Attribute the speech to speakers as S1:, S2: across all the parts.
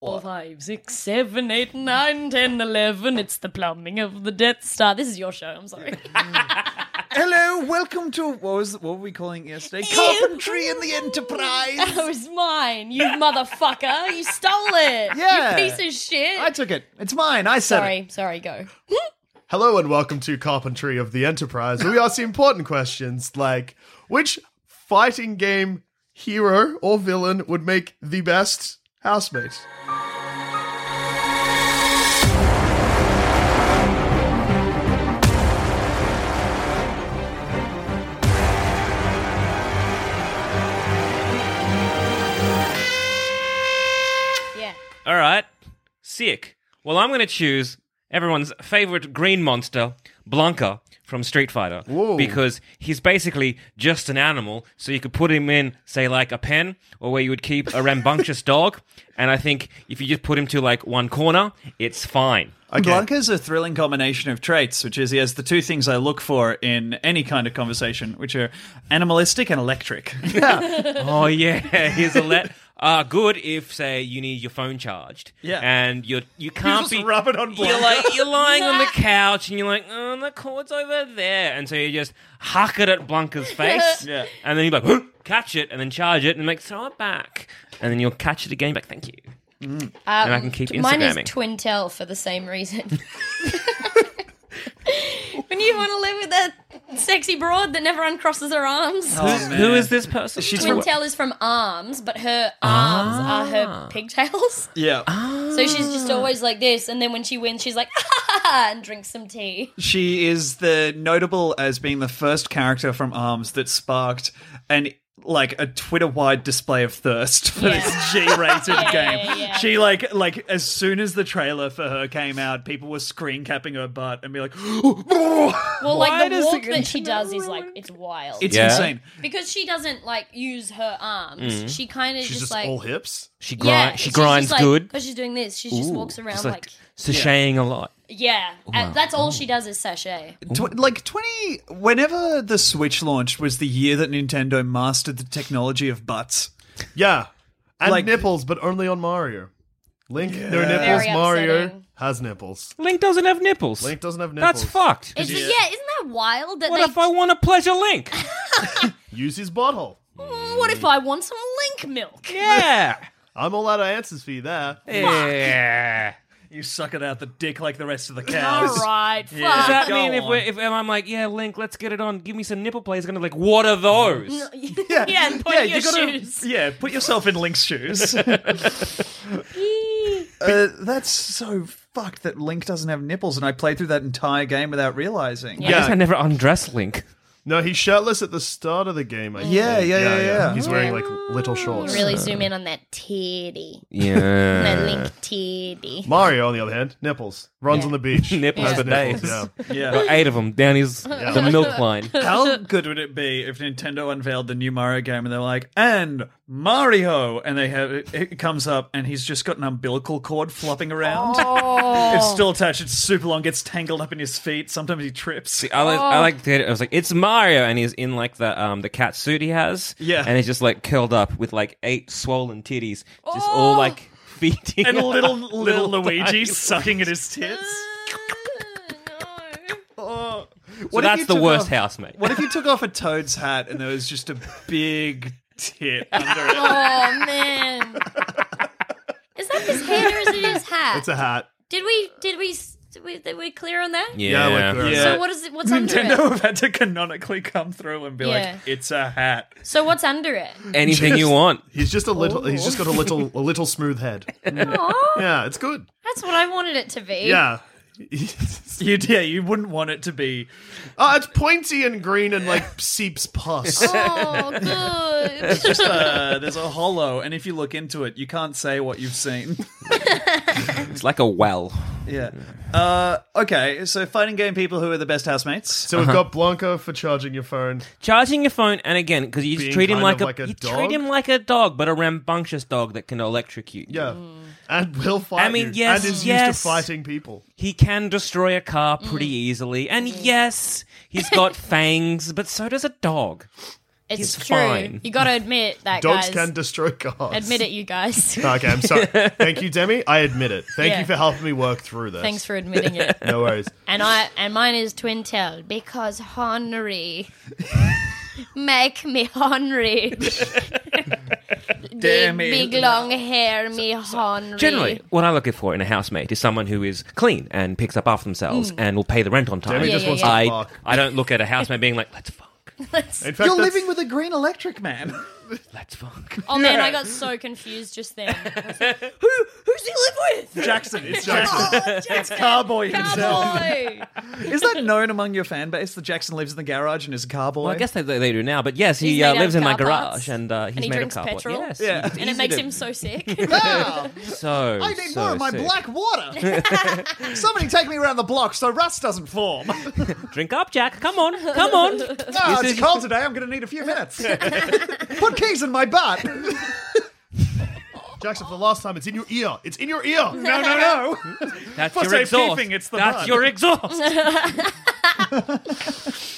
S1: Four, five, six, seven, eight, nine, ten, eleven. It's the plumbing of the Death Star. This is your show. I'm sorry.
S2: Hello, welcome to what was what were we calling it yesterday? Carpentry in the Enterprise.
S1: that was mine. You motherfucker. You stole it.
S2: Yeah.
S1: You piece of shit.
S2: I took it. It's mine. I said
S1: sorry. Sorry. Go.
S3: Hello and welcome to Carpentry of the Enterprise, where we ask the important questions like which fighting game hero or villain would make the best housemate?
S1: Yeah.
S4: All right. Sick. Well, I'm going to choose everyone's favorite green monster, Blanca from Street Fighter, because he's basically just an animal. So you could put him in, say, like a pen, or where you would keep a rambunctious dog. And I think if you just put him to like one corner, it's fine.
S2: it. Blanca's a thrilling combination of traits, which is he has the two things I look for in any kind of conversation, which are animalistic and electric.
S4: Oh yeah, here's a let. Uh, good if say you need your phone charged.
S2: Yeah.
S4: and you're you can't
S3: just
S4: be
S3: rub it on
S4: You're like you're lying on the couch and you're like, oh, the cord's over there, and so you just huck it at Blanca's face.
S2: Yeah.
S4: and then you like "Huh," catch it and then charge it and like throw it back, and then you'll catch it again. Back, thank you. and I can keep
S1: Mm. Um, Mine is
S4: Instagramming.
S1: Twintel for the same reason. when you want to live with that sexy broad that never uncrosses her arms.
S2: Oh,
S4: Who is this person?
S2: She's from-
S1: Twintel is from arms, but her arms are
S4: Ah.
S1: her pigtails.
S2: yeah.
S1: So she's just always like this, and then when she wins, she's like, ah, and drinks some tea.
S2: She is the notable as being the first character from Arms that sparked an like a Twitter-wide display of thirst for
S1: Yeah.
S2: this G-rated game.
S1: yeah, yeah.
S2: She like like as soon as the trailer for her came out, people were screen capping her butt and be like,
S1: Well,
S3: Why
S1: like the
S3: does
S1: walk
S3: the
S1: that she
S3: internet
S1: does is like,
S3: ruin-
S1: it's wild.
S2: "It's
S4: Yeah.
S2: insane."
S1: because she doesn't like use her arms. She kind of
S3: She's
S1: just,
S3: just
S1: like.
S3: all hips.
S4: Mm-hmm. she grinds.
S1: yeah,
S4: she
S1: she's just,
S4: grinds
S1: like,
S4: good.
S1: Because she's doing this. She just
S4: Ooh,
S1: walks around
S4: just,
S1: like,
S4: sashaying a lot.
S1: yeah. And that's all she does is sachet.
S2: Tw- like 20 whenever the Switch launched was the year that Nintendo mastered the technology of butts.
S3: Yeah. And
S2: Like-
S3: nipples, but only on Mario. Link, there are nipples.
S1: Very
S3: Mario
S1: upsetting.
S3: has nipples.
S4: Link doesn't have nipples.
S3: Link doesn't have nipples.
S4: That's fucked.
S1: It's, yeah. isn't that wild? That
S4: What
S1: they,
S4: if I want to pleasure Link?
S3: Use his butthole.
S1: Mm, what if I want some link milk?
S4: Yeah.
S3: I'm all out of answers for you there.
S4: Yeah.
S2: You suck it out the dick like the rest of the
S1: All
S2: cows.
S1: right, fuck.
S4: Does that
S2: Go
S4: mean if,
S2: on.
S4: we're, if I'm like, yeah, Link, let's get it on, give me some nipple plays, gonna be like, what are those?
S1: yeah, and point your shoes.
S2: Yeah, put yourself in Link's shoes. uh, that's so fucked that Link doesn't have nipples, and I played through that entire game without realizing.
S1: Yeah.
S4: I guess I never undress Link.
S3: No, he's shirtless at the start of the game. I
S2: Yeah,
S3: think.
S2: yeah, yeah, yeah.
S3: He's wearing like little shorts.
S1: Really zoom in on that titty.
S4: Yeah.
S1: That link titty.
S3: Mario, on the other hand, nipples. Runs
S1: Yeah.
S3: on the beach.
S4: Nipples
S3: Has
S4: for
S3: nipples,
S4: days.
S3: yeah.
S2: Yeah.
S4: Got eight of them down his the milk line.
S2: How good would it be if Nintendo unveiled the new Mario game and they're like, and Mario, and they have it, it comes up and he's just got an umbilical cord flopping around. It's still attached. It's super long. Gets tangled up in his feet. Sometimes he trips.
S4: I like, I like the I was like, it's Mario, and he's in like the um the cat suit he has.
S2: Yeah.
S4: and he's just like curled up with like eight swollen titties, just all like feeding
S2: And
S4: up.
S2: little little Luigi
S4: tiny-
S2: sucking at his tits. Oh.
S4: So
S2: if
S4: that's
S2: you
S4: the
S2: took
S4: worst
S2: off-
S4: housemate.
S2: What if you took off a toad's hat and there was just a big tit under it?
S1: Oh man. Is that his head or is it his hat?
S3: It's a hat.
S1: Did we did we s- we, that we're clear on that?
S3: Yeah, we're clear.
S1: So what is it? What's under
S2: Nintendo
S1: it?
S2: have had to canonically come through and be
S1: Yeah.
S2: like, it's a hat.
S1: So what's under it?
S4: Anything you
S3: Just-
S4: want.
S3: He's just a little. He's just got a little, a little smooth head.
S1: Aw,
S3: Yeah, it's good.
S1: that's what I wanted it to be.
S3: Yeah.
S2: You, yeah, you wouldn't want it to be.
S3: Oh, it's pointy and green and like seeps pus.
S1: Oh, good.
S2: Uh, there's a hollow, and if you look into it, you can't say what you've seen.
S4: It's like a well.
S2: yeah. Uh, okay, so fighting game people who are the best housemates.
S3: So we've got Blanca for charging your phone.
S4: Charging your phone, and again, because you
S3: Being
S4: just treat him
S3: kind
S4: like
S3: of
S4: a,
S3: like a
S4: you
S3: dog?
S4: treat him like a dog, but a rambunctious dog that can electrocute. you.
S3: Yeah.
S1: Mm.
S3: And will fight.
S4: I mean,
S3: you,
S4: yes,
S3: and is used
S4: yes.
S3: to fighting people.
S4: He can destroy a car
S1: Mm-hmm.
S4: pretty easily, and yes, he's got fangs, but so does a dog.
S1: It's
S4: He's
S1: true.
S4: fine.
S1: You got to admit that,
S3: Dogs
S1: guys.
S3: can destroy cars.
S1: admit it, you guys.
S3: Okay, I'm sorry. Thank you, Demi. I admit it. Thank
S1: Yeah.
S3: you for helping me work through this.
S1: Thanks for admitting it.
S3: No worries.
S1: And I and mine is Twintel because Henry. Make me Henry. big,
S2: me.
S1: big long hair, me Henry.
S4: Generally, what I'm looking for in a housemate is someone who is clean and picks up after themselves and will pay the rent on time.
S3: Demi
S1: Mm. Yeah, just yeah, wants to
S4: I,
S3: fuck.
S4: I don't look at a housemate being like, let's fuck,
S1: Let's-
S3: In fact,
S2: You're
S3: that's-
S2: living with a green electric man.
S4: let's fuck.
S1: oh man, I got so confused just then.
S4: Who, who's he live with?
S2: Jackson. It's
S3: Jackson.
S1: it's
S2: Carboy himself.
S1: Cowboy.
S2: Is that known among your fan base that Jackson lives in the garage and is a carboy?
S4: Well, I guess they, they do now, but yes, he
S1: He's
S4: uh,
S1: made out
S4: lives
S1: of
S4: in my
S1: car parts,
S4: garage and uh, he's
S1: he
S4: made
S1: drinks
S4: a carport.
S1: petrol.
S4: Yes,
S2: Yeah.
S4: he-
S1: and it
S4: he's
S1: makes
S4: a-
S1: him so sick.
S2: Ah,
S4: so.
S2: I need
S4: so
S2: more of my
S4: sick.
S2: black water. Somebody take me around the block so rust doesn't form.
S4: Drink up, Jack. Come on, come on.
S2: Ah, it's cold today. I'm going to need a few minutes. Put keys in my butt. no,
S3: Jackson, for the last time, it's in your ear. It's in your ear.
S2: no, no.
S4: That's
S2: For
S4: your exhaust.
S2: safekeeping, it's the
S4: That's
S2: bud.
S4: your exhaust.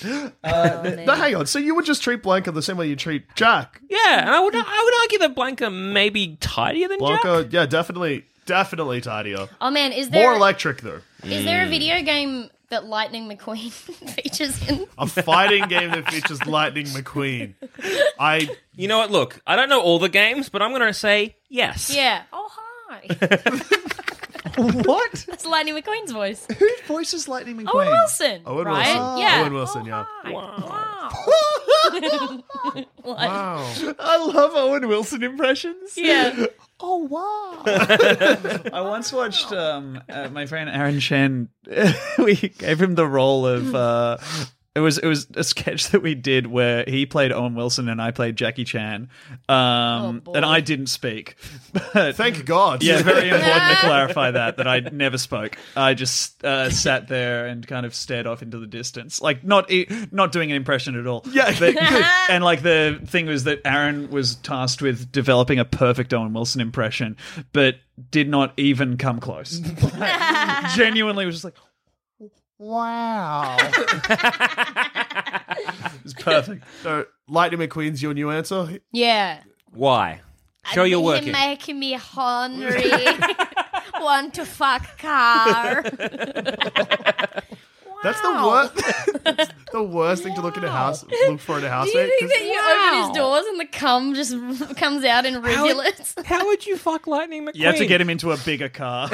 S3: No, hang on. So you would just treat Blanca the same way you treat Jack.
S4: yeah, and I would I would argue that Blanca may be tidier than Jack.
S3: Blanca, yeah, definitely, definitely tidier.
S1: Oh man, is there
S3: More Mm. electric though.
S1: is there a video game that Lightning McQueen features in?
S3: A fighting game that features Lightning McQueen. I
S4: You know what? Look, I don't know all the games, but I'm going to say yes.
S1: Yeah. Oh hi.
S2: What?
S1: That's Lightning McQueen's voice.
S2: Who voices Lightning
S4: Oh,
S2: McQueen?
S1: Owen Wilson.
S3: Owen
S1: right?
S3: Wilson.
S1: Yeah. Oh,
S3: Owen Wilson, yeah.
S1: Hi. Wow.
S3: Wow.
S2: I love Owen Wilson impressions.
S1: Yeah.
S2: Oh wow! I once watched um, uh, my friend Aaron Chen. we gave him the role of uh, it was it was a sketch that we did where he played Owen Wilson and I played Jackie Chan, um,
S1: boy.
S2: and I didn't speak. But
S3: Thank God.
S2: yeah, very important to clarify that that I never spoke. I just uh, sat there and kind of stared off into the distance, like not e- not doing an impression at all. Yeah, and like the thing was that Aaron was tasked with developing a perfect Owen Wilson impression, but did not even come close. Like, genuinely, was just like, wow, it was perfect.
S3: So Lightning McQueen's your new answer.
S1: Yeah.
S4: Why? Show
S1: And
S4: you're
S1: he
S4: working.
S1: make me hungry. Want to fuck car.
S3: That's the
S1: Wow.
S3: worst. the worst thing to look in a house. Look for in a
S1: Do
S3: housemate.
S1: you think
S3: 'cause-
S1: that you open his doors and the cum just comes out in rivulets?
S4: How would you fuck Lightning McQueen?
S2: You have to get him into a bigger car.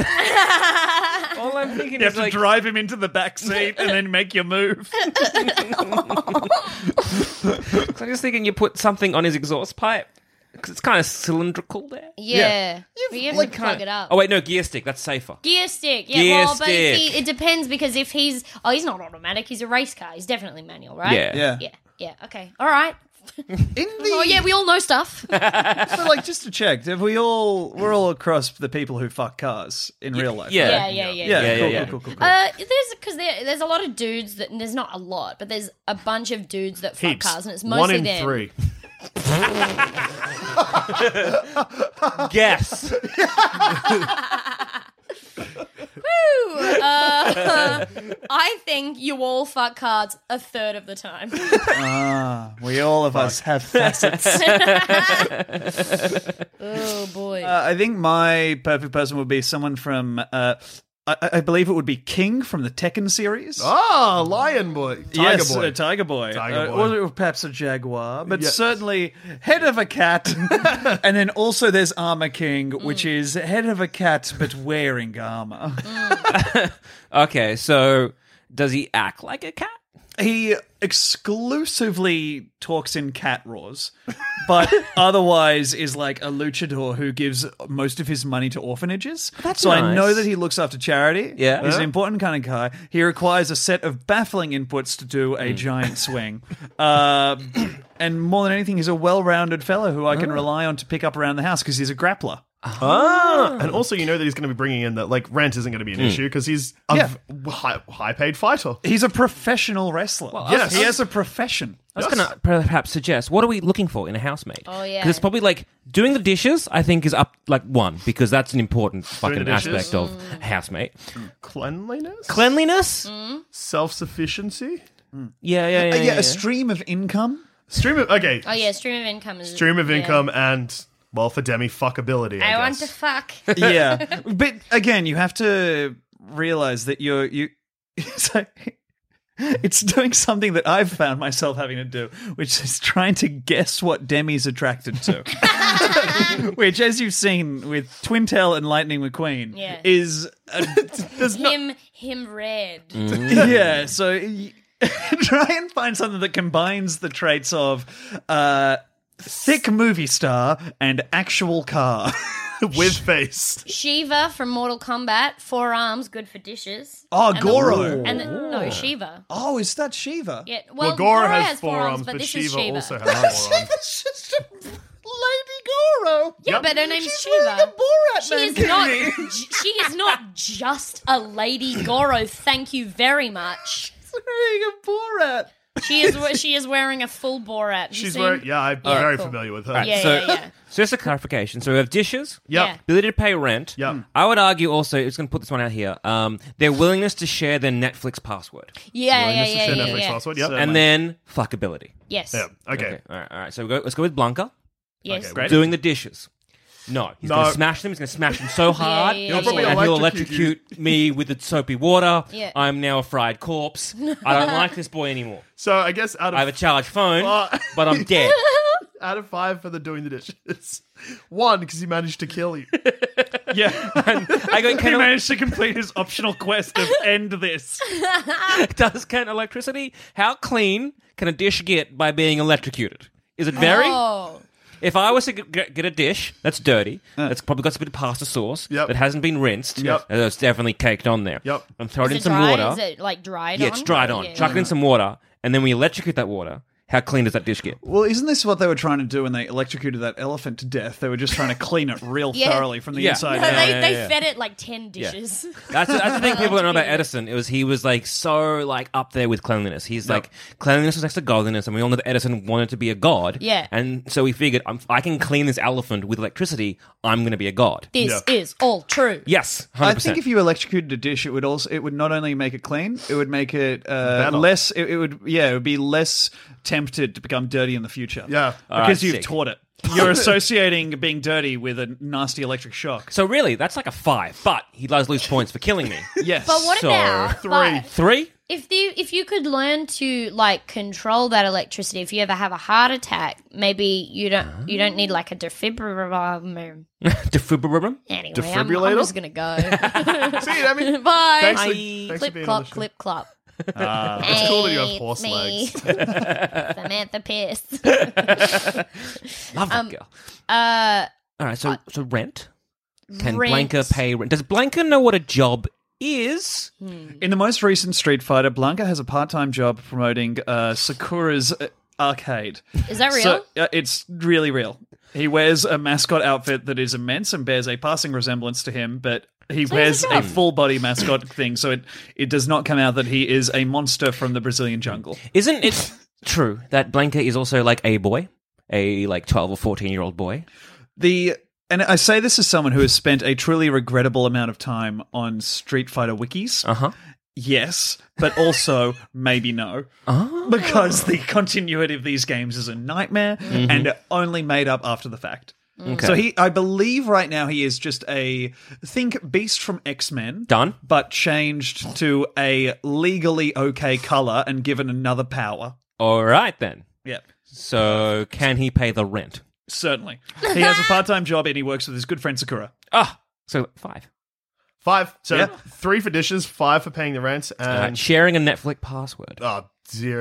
S4: All I'm thinking
S2: You
S4: is
S2: have to
S4: like,
S2: drive him into the back seat and then make your move.
S4: I'm just thinking you put something on his exhaust pipe because it's kind of cylindrical there.
S1: Yeah. We have to plug it up.
S4: Oh wait, no, gear stick. That's safer.
S1: Gear stick, yeah.
S4: Gear
S1: well, but if
S4: stick.
S1: he, it depends because if he's oh, he's not automatic. He's a race car. He's definitely manual, right?
S4: Yeah.
S1: yeah, yeah. Okay, all right.
S2: In the
S1: Oh yeah, we all know stuff.
S2: So, like, just to check, have we all we're all across the people who fuck cars in real life?
S1: yeah,
S4: Yeah.
S1: yeah, yeah.
S2: yeah,
S4: Yeah,
S2: cool,
S4: yeah, yeah.
S2: cool, cool, cool, cool.
S1: Uh, there's because there, there's a lot of dudes that and there's not a lot, but there's a bunch of dudes that fuck
S3: Heaps.
S1: cars, and it's mostly
S3: One in
S1: them.
S3: three.
S4: Yes.
S1: Woo! Uh, I think you all fuck cars a third of the time.
S2: Ah, we all of us have facets. uh,
S1: oh boy. Oh,
S2: I think my perfect person would be someone from uh, I, I- I believe it would be King from the Tekken series.
S3: Ah, Lion Boy. Tiger
S2: yes,
S3: Boy.
S2: uh, Tiger Boy.
S3: Tiger
S2: Uh,
S3: Boy.
S2: or perhaps a jaguar, but
S3: Yes.
S2: certainly head of a cat. and then also there's Armor King, which is head of a cat but wearing armor.
S4: Okay, so does he act like a cat?
S2: He exclusively talks in cat roars, but otherwise is like a luchador who gives most of his money to orphanages.
S4: that's
S2: so I
S4: nice.
S2: know that he looks after charity.
S4: Yeah.
S2: He's an
S4: Yeah.
S2: important kind of guy. He requires a set of baffling inputs to do
S4: Hmm.
S2: a giant swing. Uh, and more than anything, he's a well rounded fellow who I
S4: Oh.
S2: can rely on to pick up around the house because he's a grappler.
S3: Ah,
S4: Mm.
S3: and also you know that he's going to be bringing in that like rent isn't going to be an issue because he's a
S2: Yeah.
S3: v- high, high paid fighter.
S2: He's a professional wrestler.
S3: Yes.
S2: He has a profession.
S4: I was going to perhaps suggest what are we looking for in a housemaid?
S1: Oh, yeah.
S4: 'Cause it's probably like doing the dishes. I think is up like one because that's an important fucking
S3: the dishes?
S4: aspect of
S1: Mm.
S4: a housemate.
S3: Cleanliness,
S4: Cleanliness.
S3: self sufficiency,
S4: Yeah, yeah, yeah.
S2: Uh,
S4: yeah.
S2: yeah, a stream of income.
S3: stream of okay,
S1: Oh yeah, stream of income is
S3: stream of
S1: yeah.
S3: income, and well for Demi fuckability. I,
S1: I want to
S3: guess.
S1: fuck.
S2: yeah, but again, you have to realize that you're you. It's, like- it's doing something that I've found myself having to do, which is trying to guess what Demi's attracted to. which, as you've seen with Twin Tail and Lightning McQueen,
S1: Yeah.
S2: is a,
S1: him, him red.
S3: Mm.
S2: yeah. So y- try and find something that combines the traits of uh, thick movie star and actual car.
S3: with face.
S1: Shiva from Mortal Kombat, four arms, good for dishes.
S2: Oh,
S1: And the-
S2: Goro.
S1: and the, no, Shiva.
S2: oh, is that Shiva?
S1: Yeah, well,
S3: Gora
S1: Goro has, four arms, but, this
S3: Shiva
S1: is Shiva.
S3: also has four arms.
S2: Lady Goro.
S1: yeah,
S3: Yep.
S1: but her name's
S2: She's
S1: Shiva.
S2: wearing a Borat
S1: she is
S2: mankini.
S1: not. j- She is not just a lady Goro. Thank you very much.
S2: wearing a Borat.
S1: She is. we- She is wearing a full Borat. Have you
S3: She's
S1: seen-
S3: very yeah. I'm
S1: Yeah,
S3: very
S1: cool.
S3: familiar with her.
S1: Yeah,
S4: So-
S1: yeah, yeah.
S4: So just a clarification. So we have dishes,
S3: Yep.
S1: Yeah.
S4: ability to pay rent.
S3: Yep.
S4: I would argue also, it's going to put this one out here. Um, their willingness to share their Netflix password,
S1: Yeah, yeah,
S3: This is
S1: yeah,
S3: her
S1: yeah,
S3: Netflix
S1: yeah.
S3: password. Yep.
S4: and then fuckability.
S1: Yes.
S3: yeah. Okay.
S4: Okay. All right. All right. So we go, let's go with Blanca
S1: Yes.
S3: Okay, great.
S4: doing the dishes. No, he's
S3: No.
S4: gonna smash them. He's gonna smash them so hard,
S1: yeah, He'll
S3: probably yeah.
S4: and he'll
S3: electrocute
S4: electrocute me with the soapy water.
S1: Yeah.
S4: I'm now a fried corpse. I don't like this boy anymore.
S3: So I guess out
S4: I have
S3: of
S4: a charged phone,
S3: Uh,
S4: but I'm dead.
S3: out of five for the doing the dishes, one because he managed to kill you.
S2: Yeah.
S4: I go,
S2: he
S4: can, el-
S2: managed to complete his optional quest of end this.
S4: does can electricity? How clean can a dish get by being electrocuted? Is it very?
S1: Oh,
S4: If I was to g- g- get a dish that's dirty, that's probably got a bit of pasta sauce
S3: Yep.
S4: that hasn't been rinsed,
S3: Yep.
S4: and that's definitely caked on there.
S3: Yep.
S4: I'm throwing
S1: is
S4: in
S1: it
S4: some
S1: dry?
S4: water.
S1: Is it uh, like dried
S4: yeah,
S1: on?
S4: it's dried on.
S1: Yeah,
S4: Chuck it in some water, and then we electrocute that water. How clean does that dish get?
S2: Well, isn't this what they were trying to do when they electrocuted that elephant to death? They were just trying to clean it real
S1: Yeah.
S2: thoroughly from the
S4: Yeah.
S2: inside
S1: No,
S2: out.
S1: they,
S4: yeah,
S1: they
S4: yeah.
S1: fed it like ten dishes.
S4: That's, that's the thing people don't know about Edison. It was he was like so like up there with cleanliness. He's like cleanliness was next to godliness, and we all know that Edison wanted to be a god.
S1: Yeah.
S4: and so we figured i I can clean this elephant with electricity. I'm going to be a god.
S1: This is all true.
S4: Yes,
S2: I
S4: hundred
S2: think if
S4: percent.
S2: you electrocuted a dish, it would also it would not only make it clean, it would make it uh,
S3: Better.
S2: less. It, it would yeah, it would be less tempted to become dirty in the future.
S3: Yeah.
S2: because
S4: All right,
S2: you've
S4: sick.
S2: taught it. You're associating being dirty with a nasty electric shock.
S4: So really, that's like a five, but he does lose points for killing me.
S2: Yes,
S1: But what
S4: So-
S1: about
S3: Three.
S1: but
S4: Three.
S1: if the if you could learn to like control that electricity, if you ever have a heart attack, maybe you don't you don't need like a defibrillator.
S4: Defibrillator.
S1: Anyway, I'm, I'm
S3: Defibrillator?
S1: just gonna go.
S3: See you, Demi.
S1: Bye.
S3: Thanks, for-
S4: Bye.
S3: thanks for
S1: clip
S3: being on
S1: clop,
S3: the show.
S1: clip clop.
S3: It's cool that you have
S1: Hate
S3: horse
S1: me.
S3: legs.
S1: Samantha Pierce.
S4: Love that girl.
S1: Um, Uh,
S4: All right. So so rent. Can
S1: rent.
S4: Blanca pay rent? Does Blanca know what a job is?
S2: In the most recent Street Fighter, Blanca has a part-time job promoting uh, Sakura's uh, arcade.
S1: Is that real?
S2: So uh, it's really real. He wears a mascot outfit that is immense and bears a passing resemblance to him, but he wears a full body mascot thing, so it, it does not come out that he is a monster from the Brazilian jungle.
S4: Isn't it true that Blanca is also like a boy, a like twelve or fourteen year old boy?
S2: The and I say this as someone who has spent a truly regrettable amount of time on Street Fighter wikis.
S4: Uh huh.
S2: Yes, but also maybe no.
S4: Ah.
S2: Because the continuity of these games is a nightmare and are only made up after the fact.
S4: Mm-hmm. Mm. Okay.
S2: So he, I believe, right now he is just a think beast from X Men.
S4: Done.
S2: but changed to a legally okay color and given another power.
S4: All right then.
S2: Yep.
S4: So can he pay the rent?
S2: Certainly. He has a part time job and he works with his good friend Sakura.
S4: Ah, so five.
S3: Five. So
S2: Yeah.
S3: three for dishes, five for paying the rent,
S4: All right,
S3: and
S4: sharing a Netflix password.
S3: oh dear.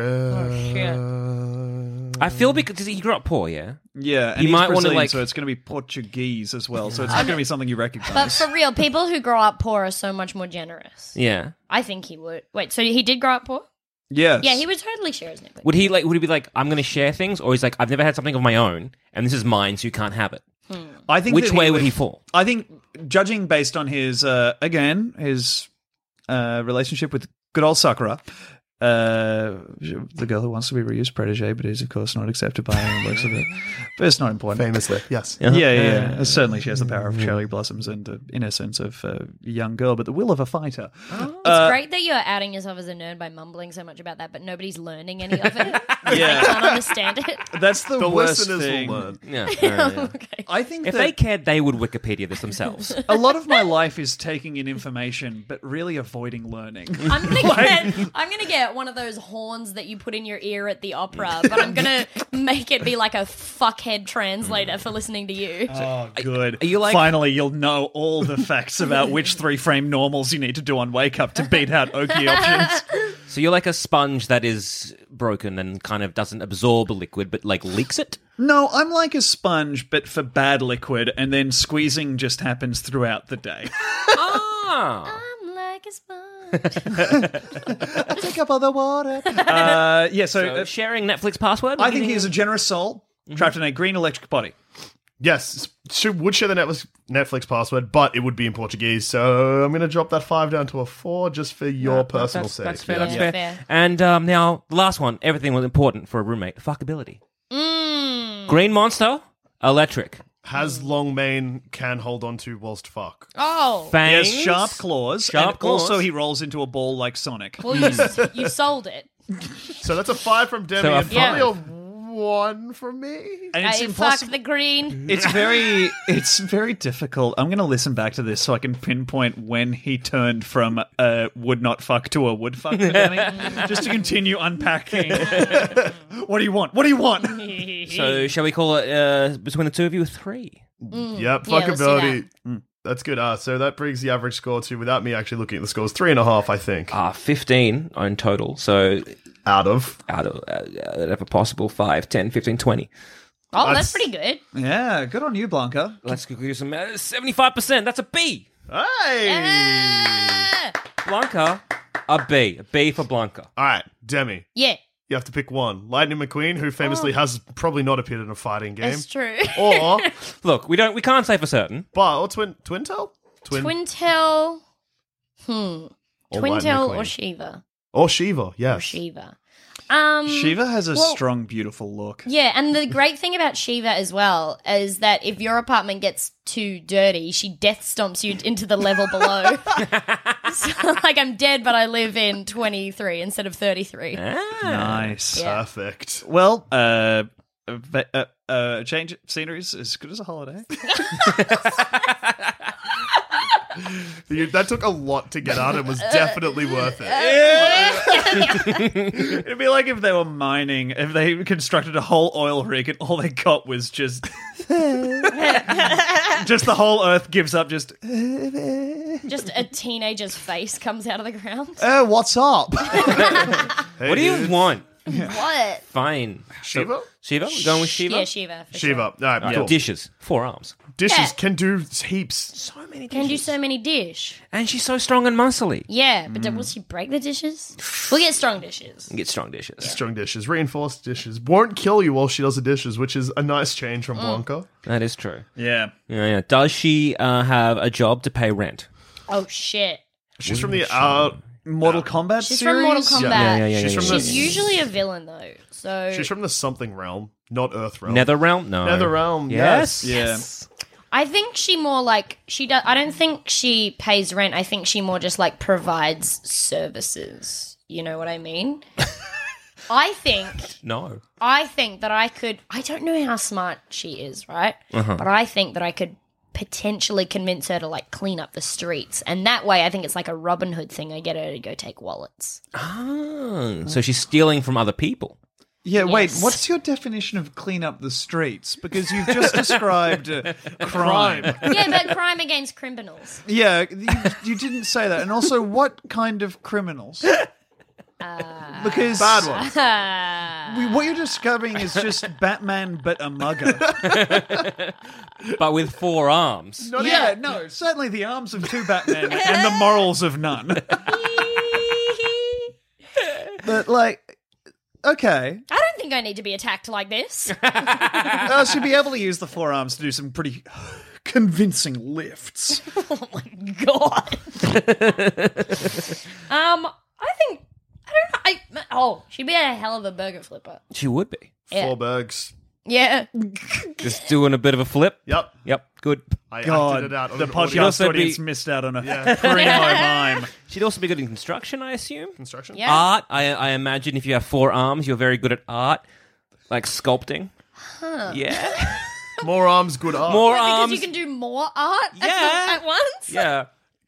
S4: I feel because he grew up poor, yeah.
S2: Yeah, and
S4: You
S2: he's
S4: might wanna,
S2: Brazilian,
S4: like-
S2: so it's going to be Portuguese as well. So it's not going to be something you
S1: But
S2: recognize.
S1: for real, people who grow up poor are so much more generous.
S4: Yeah.
S1: I think he would. Wait, so he did grow up poor?
S2: yes.
S1: Yeah, he would totally share his Netflix.
S4: Would he like? Would he be like, I'm going to share things, or he's like, I've never had something of my own, and this is mine, so you can't have it.
S2: I think
S4: Which
S2: that
S4: way would he fall?
S2: I think, judging based on his uh, again his uh, relationship with good old Sakura, uh, the girl who wants to be reused protege, but is of course not accepted by anyone who works with it. But it's not important.
S3: Famously, yes.
S2: Yeah, yeah, yeah. Certainly, she has the power of cherry blossoms and the innocence of a young girl, but the will of a fighter. Uh,
S1: It's great that you're outing yourself as a nerd by mumbling so much about that, but nobody's learning any of it. I
S2: Yeah,
S1: can't understand it.
S2: that's the,
S3: The
S2: worst
S3: listeners
S2: thing.
S3: will learn.
S4: Yeah. yeah, yeah.
S1: okay.
S2: I think
S4: if
S2: that
S4: they cared, they would Wikipedia this themselves.
S2: a lot of my life is taking in information, but really avoiding learning.
S1: I'm gonna get I'm gonna get one of those horns that you put in your ear at the opera, but I'm gonna make it be like a fuckhead translator for listening to you.
S2: Oh, good.
S4: are you like-
S2: Finally, you'll know all the facts about which three frame normals you need to do on Wake Up to beat out Oki options.
S4: so you're like a sponge that is broken and kind of doesn't absorb a liquid, but like leaks it.
S2: No, I'm like a sponge, but for bad liquid, and then squeezing just happens throughout the day.
S4: Ah.
S1: I'm like a sponge.
S2: Take up all the water. Uh, yeah, so, Mm-hmm.
S4: So
S2: uh,
S4: sharing Netflix password.
S2: I think he is a generous soul trapped in a green electric body.
S3: Yes, should, would share the Netflix, Netflix password, but it would be in Portuguese. So I'm going to drop that five down to a four just for your personal
S4: that's,
S3: sake.
S4: that's fair.
S1: Yeah.
S4: That's
S1: Yeah.
S4: fair.
S1: Fair.
S4: And um, now the last one. Everything was important for a roommate. Fuckability.
S1: Mm.
S4: Green monster. Electric.
S3: Has long mane can hold on to whilst fuck.
S1: Oh.
S2: He has
S4: Fangs.
S2: sharp claws,
S4: Sharp
S2: and also
S4: claws.
S2: he rolls into a ball like Sonic.
S1: Well you s- you sold it.
S3: So that's a five from Demi
S4: So a
S3: and probably
S4: five.
S3: a one from me.
S2: And it's
S1: I fuck
S2: impossible. Mm.
S1: the green.
S2: It's very, it's very difficult. I'm going to listen back to this so I can pinpoint when he turned from uh, would not fuck to a would fuck, Danny, just to continue unpacking. what do you want? What do you want?
S4: So shall we call it uh, between the two of you a three?
S3: Yep,
S1: Hmm. Yeah, let's do
S3: fuckability. That's good. Uh, so that brings the average score to, without me actually looking at the scores, three and a half, I think,
S4: Ah, fifteen in total. So
S3: out of.
S4: out of uh, out of a possible 5, 10, 15, 20.
S1: Oh,
S3: That's-
S1: that's, pretty good.
S2: Yeah, good on you, Blanca.
S4: Let's quickly do some uh, seventy-five percent. That's a B.
S3: Hey!
S1: Ah.
S4: Blanca, a B, a B for Blanca.
S3: All right, Demi,
S1: Yeah,
S3: you have to pick one. Lightning McQueen, who famously has probably not appeared in a fighting game.
S1: Oh. that's true.
S3: Or,
S4: Look, we don't, we can't say for certain.
S3: but, or Twin, Twintel? Twin,
S1: Twintel. Hmm.
S3: or Lightning
S1: Twintel or
S3: McQueen.
S1: Shiva.
S3: Or Shiva, yes.
S1: Or Shiva. Um
S2: Shiva has a
S1: well-
S2: strong, beautiful look.
S1: Yeah, and the great thing about Shiva as well is that if your apartment gets too dirty, she death stomps you into the level below. so, like I'm dead, but I live in 23 instead of 33.
S2: Nice.
S1: Yeah.
S3: Perfect.
S2: Well, uh, va- uh, uh, change of scenery is as good as a holiday.
S3: You- that took a lot to get out and was definitely worth it.
S4: Ah.
S2: It'd be like if they were mining, if they constructed a whole oil rig and all they got was just. just the whole earth gives up, just.
S1: Just a teenager's face comes out of the ground.
S2: Uh, what's up?
S4: What do you want?
S1: What?
S4: Fine.
S3: Shiva?
S4: Shiva? We going with Shiva?
S1: Yeah, Shiva. for
S3: Shiva.
S1: sure.
S3: All right,
S4: Alright,
S3: cool.
S4: Dishes. Four arms.
S3: Dishes
S1: Yeah.
S3: can do heaps.
S4: So many
S1: Can do so many dish.
S4: And she's so strong and muscly.
S1: Yeah, but
S4: Mm.
S1: then will she break the dishes? We'll get strong dishes.
S4: Get strong dishes.
S3: Strong dishes, reinforced dishes. Won't kill you while she does the dishes, which is a nice change from Blanca.
S4: That is true.
S2: yeah.
S4: Yeah, yeah. Does she uh, have a job to pay rent?
S1: Oh shit.
S3: She's from the out.
S2: Mortal Kombat
S1: She's
S2: series?
S1: from Mortal Kombat.
S3: Yeah,
S4: yeah, yeah,
S3: She's
S4: yeah,
S3: from
S4: yeah,
S3: the
S1: She's usually a villain though. So
S3: she's from the something realm, not Earth realm.
S4: Nether realm? No.
S3: Nether realm. Yes.
S4: Yes.
S2: Yeah.
S1: I think she more like she does. I don't think she pays rent. I think she more just like provides services. You know what I mean? I think
S4: No.
S1: I think that I could. I don't know how smart she is, right? But I think that I could potentially convince her to like clean up the streets, and that way, I think it's like a Robin Hood thing. I get her to go take wallets.
S4: Oh, so she's stealing from other people.
S2: Yeah, wait,
S1: Yes.
S2: what's your definition of clean up the streets? Because you've just described uh, crime.
S1: yeah, but crime against criminals.
S2: Yeah, you, you didn't say that. And also, what kind of criminals?
S1: Uh,
S2: because
S3: Bad one.
S2: we, what you're describing is just Batman, but a mugger.
S4: But with four arms.
S2: Not- yeah. no, certainly the arms of two Batmen and the morals of none. but like, okay,
S1: I don't think I need to be attacked like this.
S2: I should be able to use the forearms to do some pretty convincing lifts.
S1: God. um, I think I don't. know. I oh, she'd be a hell of a burger flipper.
S4: She would be.
S1: Yeah.
S3: Four bergs.
S1: Yeah.
S4: Just doing a bit of a flip.
S3: Yep.
S4: Yep, good.
S3: I
S2: God,
S3: acted it out. on
S2: the
S3: an audio
S2: podcast
S4: She'd
S2: audience
S4: also be-
S2: missed out on a primo mime.
S4: She'd also be good in construction, I assume.
S3: Construction.
S1: Yeah.
S4: Art, I, I imagine if you have four arms, you're very good at art, like sculpting. Yeah.
S3: More arms, good art.
S4: More
S1: Because
S4: arms.
S1: you can do more art at,
S4: Um, Yeah.
S1: the- at once.
S4: yeah.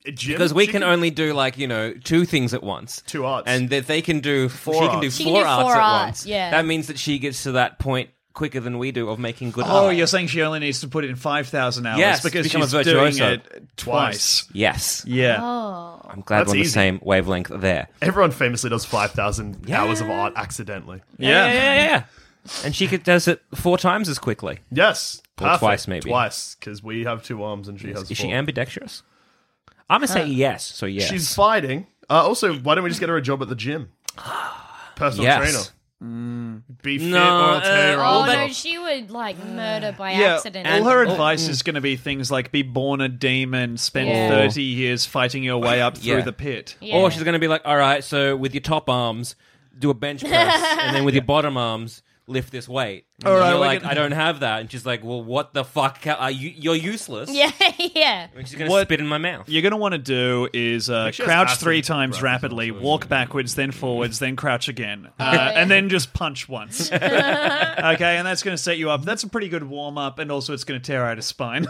S3: Gym,
S4: Because we
S3: she
S4: can only do like, you know, two things at once.
S3: Two arts.
S4: And that they can do four she can do
S3: arts.
S1: She can
S4: four
S1: do
S4: arts
S1: four
S4: at
S1: arts,
S4: once.
S1: yeah.
S4: That means that she gets to that point quicker than we do of making good
S2: Oh,
S4: art.
S2: you're saying she only needs to put in five thousand hours
S4: Yes,
S2: because
S4: become a
S2: she's doing
S4: virtuoso.
S2: it twice.
S4: Yes.
S2: Yeah.
S1: Oh.
S4: I'm glad
S3: That's
S4: we're on the
S3: easy.
S4: same wavelength there.
S3: Everyone famously does 5,000 hours of art accidentally.
S4: Yeah, yeah, yeah. yeah. And she could does it four times as quickly.
S3: Yes.
S4: Or
S3: perfect.
S4: twice, maybe.
S3: Twice, because we have two arms and she has four.
S4: Is she ambidextrous? I'm gonna say yes. So yes,
S3: She's fighting. Uh, also, why don't we just get her a job at the gym? Personal
S4: Ah. Yes.
S3: trainer. Be fit
S4: No,
S3: or I'll tear
S4: uh,
S3: your
S1: Oh
S3: arms
S1: no,
S3: off.
S1: she would like murder by
S2: Yeah,
S1: accident.
S2: all her advice is going to be things like be born a demon, spend
S1: Yeah.
S2: 30 years fighting your way up through
S4: Yeah.
S2: the pit.
S1: Yeah.
S4: or Oh, she's gonna be like, all right. So with your top arms, do a bench press, and then with your bottom arms, lift this weight. And
S2: All right,
S4: you're
S2: we're
S4: like,
S2: gonna-
S4: I don't have that. And she's like, Well, what the fuck? Ca- Are you? You're useless.
S1: yeah, yeah.
S4: And she's gonna
S2: What-
S4: spit in my mouth.
S2: You're going to want to do is uh,
S3: she has
S2: crouch
S3: acid
S2: three times
S3: breath
S2: rapidly, walk backwards, then forwards, then crouch again, uh, and then just punch once. okay, and that's going to set you up. That's a pretty good warm up, and also it's going to tear out a spine.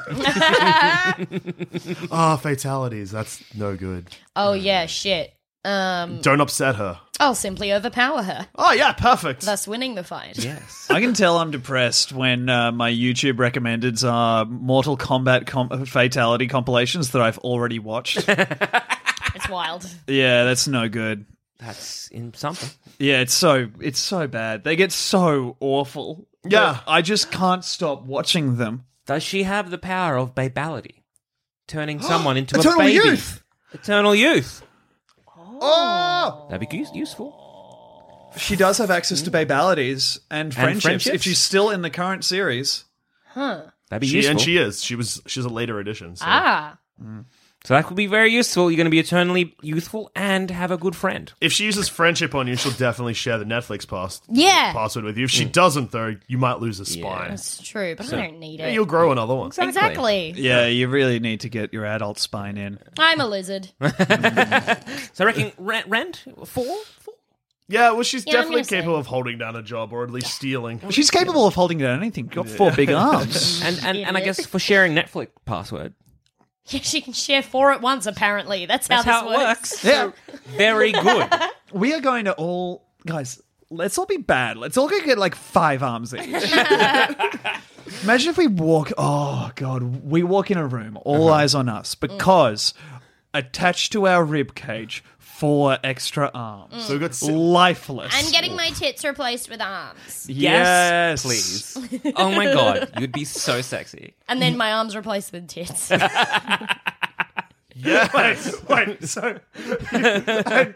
S3: Ah, fatalities. That's no good.
S1: Oh yeah, shit. Um,
S3: Don't upset her.
S1: I'll simply overpower her,
S3: Oh, yeah, perfect.
S1: thus winning the fight.
S4: yes.
S2: I can tell I'm depressed when uh, my YouTube recommendeds are Mortal Kombat com- fatality compilations that I've already watched.
S1: It's wild.
S2: yeah, that's no good.
S4: That's in something.
S2: Yeah, it's so it's so bad. They get so awful.
S3: Yeah.
S2: But I just can't stop watching them.
S4: Does she have the power of babality, turning someone into
S3: Eternal
S4: a baby?
S3: youth!
S4: Eternal youth.
S3: Oh!
S4: That'd be use- useful.
S2: She does have access to babalities and friendships,
S4: friendships?
S2: if she's still in the current series.
S4: That'd be
S3: She,
S4: useful.
S3: and she is. She was. She's a later addition. So.
S1: Ah,
S4: so that could be very useful. You're going to be eternally youthful and have a good friend.
S3: If she uses friendship on you, she'll definitely share the Netflix pass-
S1: Yeah.
S3: password with you. If she doesn't, though, you might lose a spine.
S1: it's true, but I don't need
S3: Yeah,
S1: it.
S3: You'll grow another one.
S1: Exactly.
S2: Yeah, you really need to get your adult spine in.
S1: I'm a lizard.
S4: So I reckon rent, rent four, four.
S3: Yeah, well, she's
S1: Yeah, I'm
S3: definitely
S1: gonna say-
S3: capable of holding down a job or at least stealing.
S2: She's capable of holding down anything. Got four big arms.
S4: and and, and I
S1: Idiot.
S4: guess for sharing Netflix password.
S1: Yeah, she can share four at once. Apparently, that's,
S4: That's
S1: how
S4: how
S1: this
S4: it
S1: works.
S4: works.
S2: yeah,
S4: Very good.
S2: we are going to all guys. Let's all be bad. Let's all go get like five arms each. Imagine if we walk. Oh god, we walk in a room, all eyes on us, because attached to our rib cage, four extra arms,
S3: So we've got si-
S2: lifeless.
S1: I'm getting my tits replaced with arms,
S2: yes,
S4: please. Oh my god, you'd be so sexy.
S1: and then my arms replaced with tits.
S2: Wait, wait. So and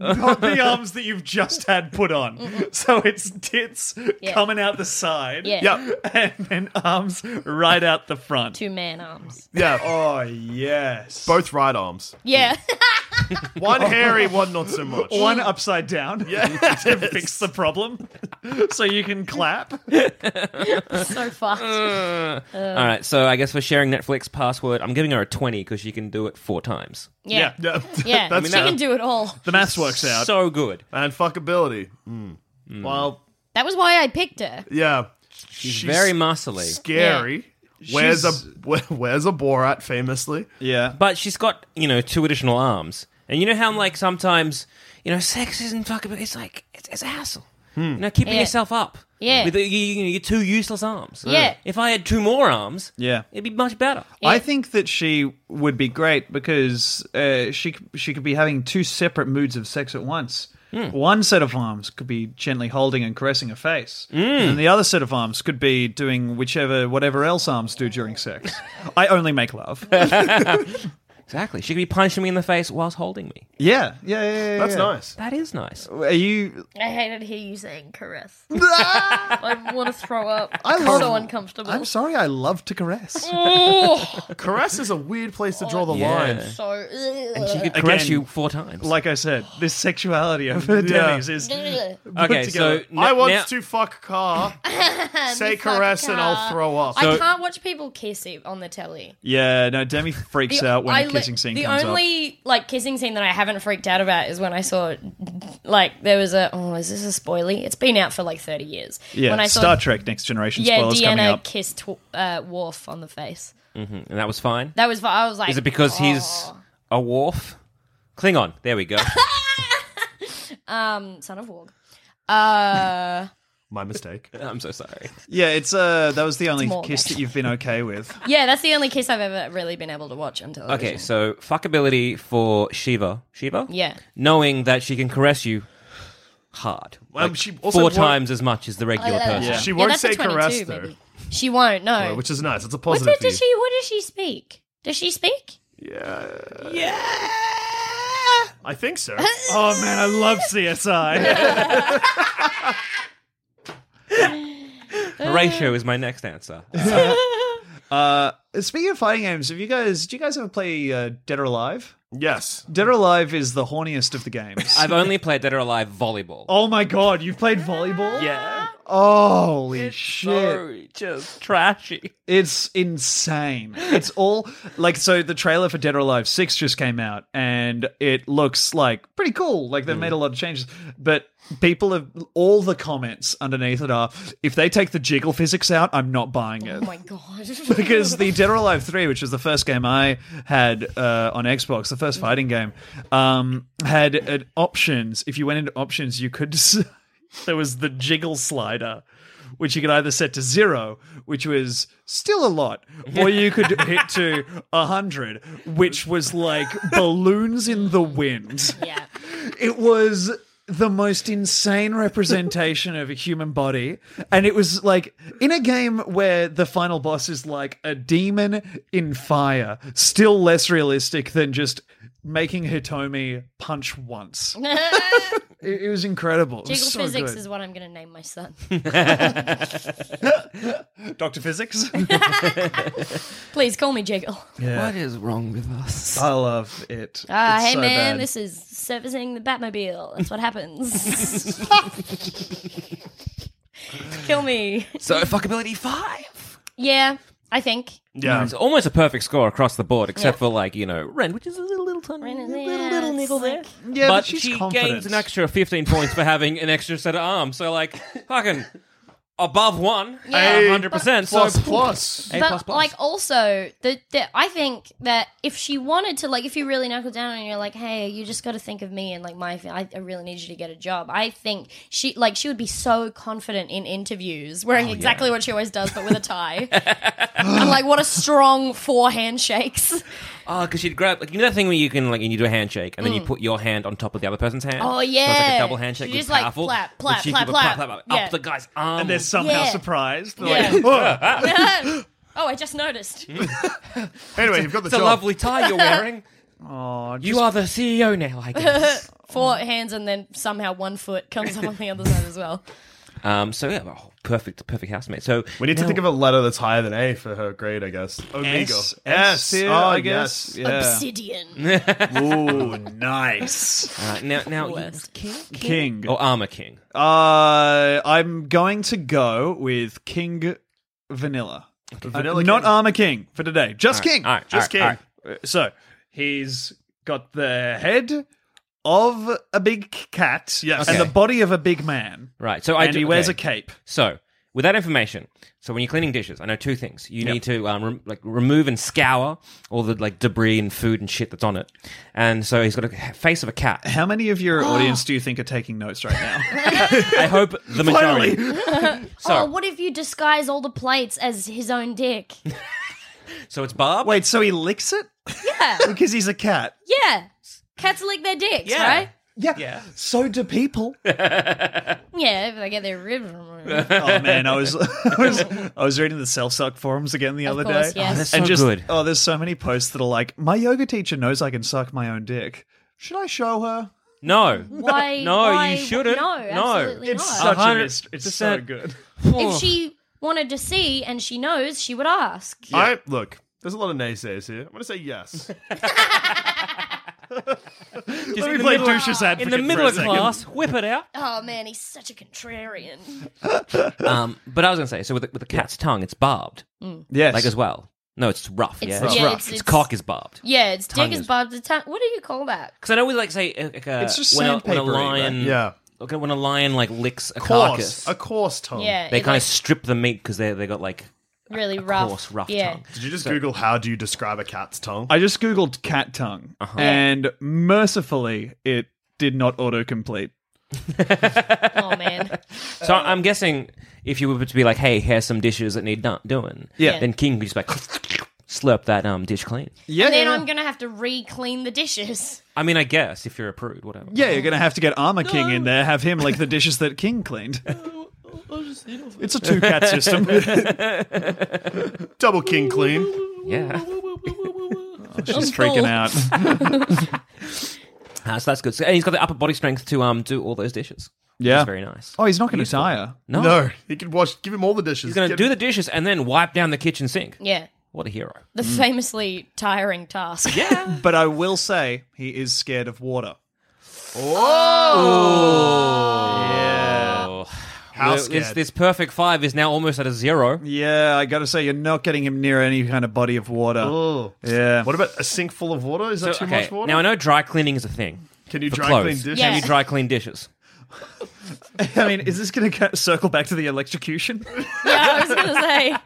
S2: not the arms that you've just had put on. So it's tits
S1: Yeah.
S2: coming out the side.
S1: Yeah,
S3: yeah,
S2: And then arms right out the front.
S1: two man arms.
S3: yeah.
S2: Oh yes.
S3: Both right arms.
S1: Yeah.
S3: One hairy, one not so much.
S2: one upside down to fix the problem so you can clap.
S1: so fucked.
S4: All right, so I guess for sharing Netflix password, I'm giving her a twenty because she can do it four times.
S1: Yeah.
S3: Yeah.
S1: Yeah.
S3: That's
S1: she can do it all.
S2: The maths works out.
S4: So good.
S3: And fuckability. Well,
S1: That was why I picked her.
S3: yeah.
S4: She's, very muscly,
S3: scary. Wears a
S2: She's-
S3: we- wears a Borat famously.
S2: Yeah.
S4: but she's got you know two additional arms. And you know how like sometimes you know sex isn't fucking. It's like it's, it's a hassle. You know, keeping
S1: Yeah.
S4: yourself up.
S1: Yeah.
S4: with you, you, know, your two useless arms.
S1: Yeah.
S4: If I had two more arms,
S2: Yeah.
S4: it'd be much better.
S2: I think that she would be great because uh, she c- she could be having two separate moods of sex at once.
S3: Hmm.
S2: One set of arms could be gently holding and caressing her face,
S3: Hmm.
S2: and the other set of arms could be doing whichever whatever else arms do during sex. I only make love. yeah,
S4: Exactly. She could be punching me in the face whilst holding me.
S2: yeah, yeah. yeah,
S3: That's
S2: yeah.
S3: nice.
S4: That is nice.
S2: Are you?
S1: I hated to hear you saying caress. I want to throw up.
S3: I
S1: I'm
S3: love-
S1: so uncomfortable.
S2: I'm sorry. I love to caress.
S1: Oh,
S3: Caress is a weird place to draw the
S4: Yeah.
S3: line.
S1: so.
S4: And she could
S2: Again,
S4: caress you four times.
S2: like I said, this sexuality of her
S3: Yeah.
S2: Denny's is
S4: okay, so
S2: together.
S4: n-
S3: I want
S4: now-
S3: to fuck car. Say
S1: fuck
S3: caress and I'll
S1: car.
S3: throw up.
S1: I can't watch people kiss it on the telly.
S2: yeah. No, Demi freaks out when
S1: I li-
S2: the kissing scene
S1: the
S2: comes up.
S1: only like kissing scene that I haven't freaked out about is when I saw like there was a oh is this a spoilie? It's been out for like thirty years.
S2: Yeah,
S1: when I saw
S2: Star Trek Next Generation
S1: yeah
S2: spoilers coming
S1: Deanna
S2: up.
S1: kissed tw- uh, Worf on the face.
S4: and that was fine.
S1: That was I was like,
S4: Is it because he's
S1: oh,
S4: a wharf? Klingon. There we go.
S1: son of Worg? Uh,
S3: My mistake.
S4: I'm so sorry.
S2: Yeah, it's uh that was the only
S1: more
S2: kiss that you've been okay with.
S1: yeah, that's the only kiss I've ever really been able to watch on television.
S4: Okay, so fuckability for Shiva. Shiva?
S1: Yeah.
S4: Knowing that she can caress you hard.
S3: Um,
S4: Like,
S3: she also
S4: four
S3: won't-
S4: times as much as the regular
S1: Oh,
S4: person.
S1: Yeah.
S3: She won't
S1: that's a
S3: say
S1: 22
S3: caress, though.
S1: maybe. She won't. No.
S3: Which is nice. It's a
S1: What's
S3: positive.
S1: it? Does
S3: view.
S1: she? What does she speak? Does she speak?
S3: I think so.
S2: Oh man, I love CSI.
S4: Horatio is my next answer.
S2: uh speaking of fighting games, have you guys do you guys ever play uh, Dead or Alive?
S3: yes.
S2: Dead or Alive is the horniest of the games.
S4: I've only played Dead or Alive volleyball.
S2: oh my god, you've played volleyball?
S4: yeah.
S2: Holy shit.
S4: So just trashy.
S2: It's insane. It's all like so. The trailer for Dead or Alive Six just came out, and it looks like pretty cool. Like they've made a lot of changes, but people have all the comments underneath it are if they take the jiggle physics out, I'm not buying it.
S1: Oh my god.
S2: because the Dead or Alive 3, which was the first game I had uh, on Xbox, the first fighting game, um, had an options. If you went into options, you could. s- there was the jiggle slider, which you could either set to zero, which was still a lot, or you could hit to 100, which was like balloons in the wind.
S1: yeah.
S2: It was the most insane representation of a human body. And it was like in a game where the final boss is like a demon in fire, still less realistic than just making Hitomi punch once. It, it was incredible. It was
S1: Jiggle
S2: so
S1: physics
S2: good.
S1: is what I'm going to name my son.
S2: Dr. Physics.
S1: Please call me Jiggle.
S4: What is wrong with us?
S2: I love it.
S1: Ah,
S2: It's
S1: hey
S2: so
S1: man,
S2: bad.
S1: this is servicing the Batmobile. That's what happens. Kill me.
S4: So fuckability five.
S1: Yeah, I think.
S3: Yeah.
S4: It's almost a perfect score across the board, except for like you know Ren, which is a little little tiny,
S1: Ren is-
S4: little,
S1: yeah,
S4: little
S1: it's
S4: niggle there.
S1: like-
S2: Yeah, but she's
S4: she
S2: confident.
S4: gains an extra fifteen points for having an extra set of arms. So like fucking above one,
S1: Yeah.
S4: hundred percent. So
S3: Plus plus.
S4: A
S1: but
S4: plus plus.
S1: like also the, the I think that if she wanted to like if you really knuckle down and you're like hey you just got to think of me and like my fa- I, I really need you to get a job I think she like she would be so confident in interviews
S2: Oh,
S1: wearing exactly what she always does but with a tie and like what a strong four handshakes
S4: oh, because she'd grab like you know that thing where you can like you do a handshake and then you put your hand on top of the other person's hand.
S1: Oh,
S4: so it's like
S1: yeah.
S4: a double handshake.
S1: She
S4: was
S1: just, like,
S4: powerful.
S1: plap,
S4: But
S1: plap,
S4: she
S1: plap,
S4: could
S1: plap. Yeah.
S4: up the guy's arm.
S2: And they're somehow
S1: Yeah.
S2: surprised. They're
S1: Yeah.
S2: like, "Oh,
S1: oh I just noticed
S4: Hmm.
S3: Anyway, you've got the
S4: it's a
S3: job.
S4: lovely tie you're wearing.
S2: oh,
S4: you are the CEO now, I guess.
S1: four hands and then somehow one foot comes up on the other side as well
S4: um, so yeah, oh, perfect, perfect housemate. So
S3: We need to think of a letter that's higher than A for her grade, I guess. Omegle.
S2: S,
S3: S.
S2: tier,
S3: oh,
S2: I
S3: yes.
S2: guess. Yeah.
S1: obsidian
S2: Ooh, nice.
S4: Uh, now, now
S1: Worst.
S4: King,
S2: King.
S4: or Armor King.
S2: Oh, Uh, I'm going to go with King Vanilla.
S3: Vanilla
S2: Not
S3: King.
S2: Armor King for today. Just King.
S4: All right,
S3: Just
S4: all right,
S3: King.
S2: So he's got the head of a big c- cat
S3: Yes.
S2: and
S3: Okay.
S2: the body of a big man.
S4: Right. So I
S2: And
S4: do,
S2: he wears
S4: okay.
S2: a cape.
S4: So, with that information, so when you're cleaning dishes, I know two things. You need to um, rem- like remove and scour all the like debris and food and shit that's on it. And so he's got a h- face of a cat.
S2: How many of your audience do you think are taking notes right now?
S4: I hope the majority.
S1: oh,
S4: so,
S1: what if you disguise all the plates as his own dick?
S4: so it's Barb.
S2: Wait, so he licks it?
S1: Yeah,
S2: Because he's a cat.
S1: yeah. Cats lick their dicks,
S4: Yeah.
S1: right?
S2: Yeah. So do people.
S1: Yeah, if they get their ribs removed.
S2: oh man, I was I was I was reading the self suck forums again the
S1: Of
S2: other
S1: course,
S2: day.
S1: yes. Oh, that's
S4: so
S2: just,
S4: good.
S2: Oh, there's so many posts that are like, my yoga teacher knows I can suck my own dick. Should I show her?
S4: No.
S1: Why?
S4: No,
S1: why-
S4: you shouldn't.
S1: No,
S4: No.
S1: absolutely
S2: It's
S1: not.
S2: such a
S4: hundred
S2: mystery. It's so
S4: percent.
S2: good.
S1: if she wanted to see and she knows, she would ask.
S3: I look. There's a lot of naysayers here. I'm going to say yes.
S4: Just
S2: Let
S4: in
S2: me
S4: the
S2: play
S4: middle of-
S2: douche's advocate
S4: in the middle
S2: for a
S4: of
S2: second.
S4: class, whip it out.
S1: Oh man, he's such a contrarian.
S4: Um, but I was gonna say, so with the, with the cat's tongue, it's barbed,
S2: Yes.
S4: like as well. No, it's rough.
S1: It's-
S4: yeah,
S1: yeah,
S4: it's
S1: it's-
S4: rough.
S1: it's-
S4: its cock is barbed.
S1: Yeah, it's
S4: Tongue
S1: dick is
S4: is-
S1: barbed. The tongue. What do you call that?
S4: Because I know we like say uh, like a,
S2: It's just
S4: when, a, when a
S2: sandpapery, right?
S4: lion,
S3: Yeah.
S4: okay, when a lion like licks a
S3: Coarse,
S4: carcass,
S3: a coarse tongue.
S1: Yeah,
S4: they
S1: it,
S4: kind
S1: like,
S4: of strip the meat because they they got like
S1: really
S4: a
S1: rough,
S4: coarse, rough
S1: yeah.
S4: tongue.
S3: Did you just Google how do you describe a cat's tongue?
S2: I just googled cat tongue,
S4: Uh-huh.
S2: and mercifully, it did not autocomplete.
S1: Oh man,
S4: So I'm guessing if you were to be like, hey, here's some dishes that need not doing,
S2: Yeah.
S4: then King could just like slurp that um dish clean.
S2: Yeah,
S1: and then I'm gonna have to re-clean the dishes.
S4: I mean, I guess if you're a prude, whatever.
S2: yeah, you're gonna have to get Armor King in there, have him like the dishes that King cleaned. it's a two cat system.
S3: Double king clean.
S4: yeah.
S2: She's freaking out.
S4: Ah, so that's good. So, and he's got the upper body strength to um do all those dishes.
S2: Yeah.
S4: which is very nice.
S2: Oh, he's not gonna tire.
S4: no,
S3: No, he could wash. Give him all the dishes.
S4: he's gonna
S3: Get-
S4: do the dishes and then wipe down the kitchen sink.
S1: Yeah,
S4: What a hero!
S1: the famously tiring task. Yeah,
S2: But I will say he is scared of water.
S3: How
S4: Well, this,
S3: scared?
S4: this perfect five is now almost at a zero.
S2: Yeah, I gotta say you're not getting him near any kind of body of water.
S3: Oh.
S2: Yeah.
S3: What about a sink full of water? Is that too much water?
S4: Now I know dry cleaning is a thing.
S3: Can you
S4: for
S3: dry
S4: clothes.
S3: clean dishes?
S1: Yeah.
S4: Can you dry clean dishes?
S2: I mean, is this gonna ca- circle back to the electrocution?
S1: I was gonna say.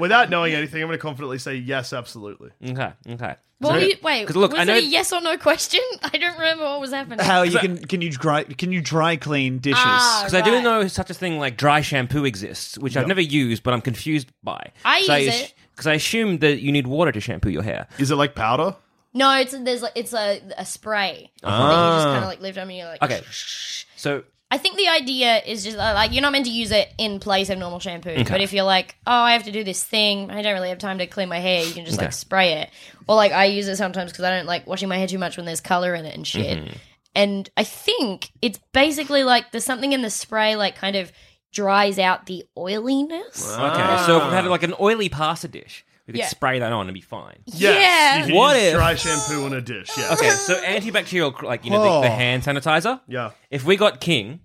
S3: Without knowing anything, I'm going to confidently say yes, absolutely.
S4: Okay, okay.
S1: Well,
S4: So-
S1: you, wait.
S4: 'cause look,
S1: was
S4: I know
S1: it a yes or no question? I don't remember what was happening.
S2: How you can can you dry can you dry clean dishes?
S1: Ah,
S4: because I do
S1: right.
S4: know such a thing like dry shampoo exists, which I've never used, but I'm confused by.
S1: I use it.
S4: because I assume that you need water to shampoo your hair.
S3: Is it like powder?
S1: No, it's there's like it's a a spray that you just kind of like lift on and you're like.
S4: Ah. Okay. So
S1: I think the idea is just uh, like you're not meant to use it in place of normal shampoo. But if you're like, oh, I have to do this thing, I don't really have time to clean my hair. You can just like spray it, or like I use it sometimes because I don't like washing my hair too much when there's color in it and shit. And I think it's basically like there's something in the spray like kind of dries out the oiliness.
S4: okay, so if we had like an oily pasta dish, we could
S1: Yeah.
S4: spray that on and be fine.
S1: Yeah.
S3: You can
S4: What
S3: use
S4: if-
S3: dry shampoo on a dish? Yeah.
S4: Okay, so antibacterial, like you know, the, the hand sanitizer.
S3: Oh. Yeah.
S4: If we got King,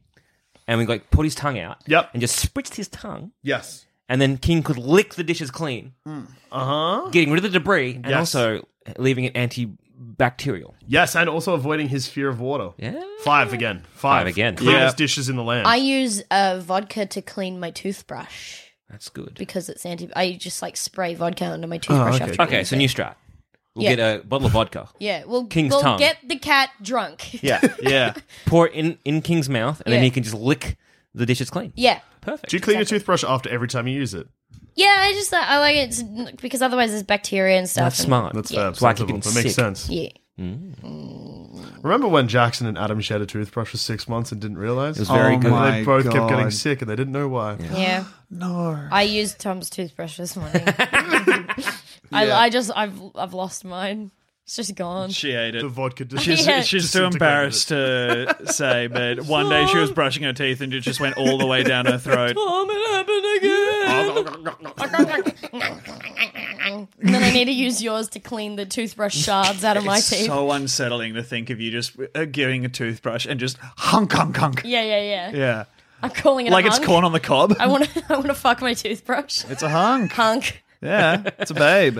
S4: and we like put his tongue out,
S3: Yep.
S4: and just spritzed his tongue,
S3: Yes.
S4: and then King could lick the dishes clean,
S3: Uh huh.
S4: getting rid of the debris, and
S3: Yes.
S4: also leaving it antibacterial.
S3: Yes, and also avoiding his fear of water.
S4: Yeah.
S3: Five again. Five,
S4: Five again.
S3: Cleanest
S2: Yeah.
S3: dishes in the land.
S1: I use uh, vodka to clean my toothbrush
S4: That's good.
S1: because it's anti. I just like spray vodka under my toothbrush
S3: okay.
S1: after. I
S4: Okay,
S1: use
S4: so
S1: it.
S4: new strat. We'll
S1: Yeah.
S4: get a bottle of vodka,
S1: Yeah, we'll,
S4: King's
S1: we'll
S4: tongue.
S1: get the cat drunk.
S2: Yeah, yeah.
S4: pour it in in King's mouth, and
S1: Yeah.
S4: then he can just lick the dishes clean.
S1: yeah.
S4: Perfect.
S3: Do you clean your toothbrush after every time you use it?
S1: Yeah, I just I like it s- because otherwise there's bacteria and stuff.
S4: That's
S1: and-
S4: smart.
S3: That's
S1: Yeah.
S3: yeah.
S4: That's why I keep
S3: That
S4: getting
S3: makes
S4: sick.
S3: sense.
S1: Yeah.
S3: Remember when Jackson and Adam shared a toothbrush for six months and didn't realize? It was
S4: very good.
S3: And
S2: Oh my
S3: they both kept
S2: God.
S3: getting sick and they didn't know why.
S1: Yeah.
S2: No.
S1: I used Tom's toothbrush this morning. I, I just I've I've lost mine. It's just gone.
S2: She ate it.
S3: The vodka
S2: She's,
S3: dishes.
S1: Yeah.
S2: she's too embarrassed to say, but one day she was brushing her teeth and it just went all the way down her throat.
S1: and then I need to use yours to clean the toothbrush shards out of my
S2: it's
S1: teeth.
S2: so unsettling to think of you just uh, giving a toothbrush and just hunk, hunk, hunk.
S1: yeah, yeah, yeah,
S2: Yeah.
S1: I'm calling it
S2: Like
S1: a
S2: it's
S1: hunk.
S2: corn on the cob.
S1: I want to I want to fuck my toothbrush.
S2: It's a hunk.
S1: Hunk.
S2: Yeah, it's a babe.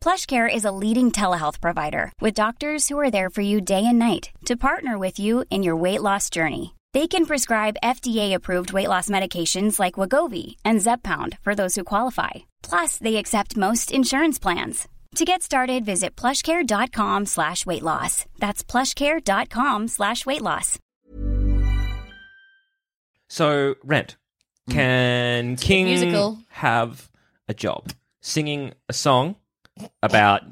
S5: PlushCare is a leading telehealth provider with doctors who are there for you day and night to partner with you in your weight loss journey. They can prescribe FDA-approved weight loss medications like Wagovi and Zepbound for those who qualify. Plus, they accept most insurance plans. To get started, visit plushcare.com slash weight loss. That's plushcare.com slash weight loss.
S4: So, Rent.
S1: Hmm.
S4: Can King
S1: musical.
S4: have a job singing a song about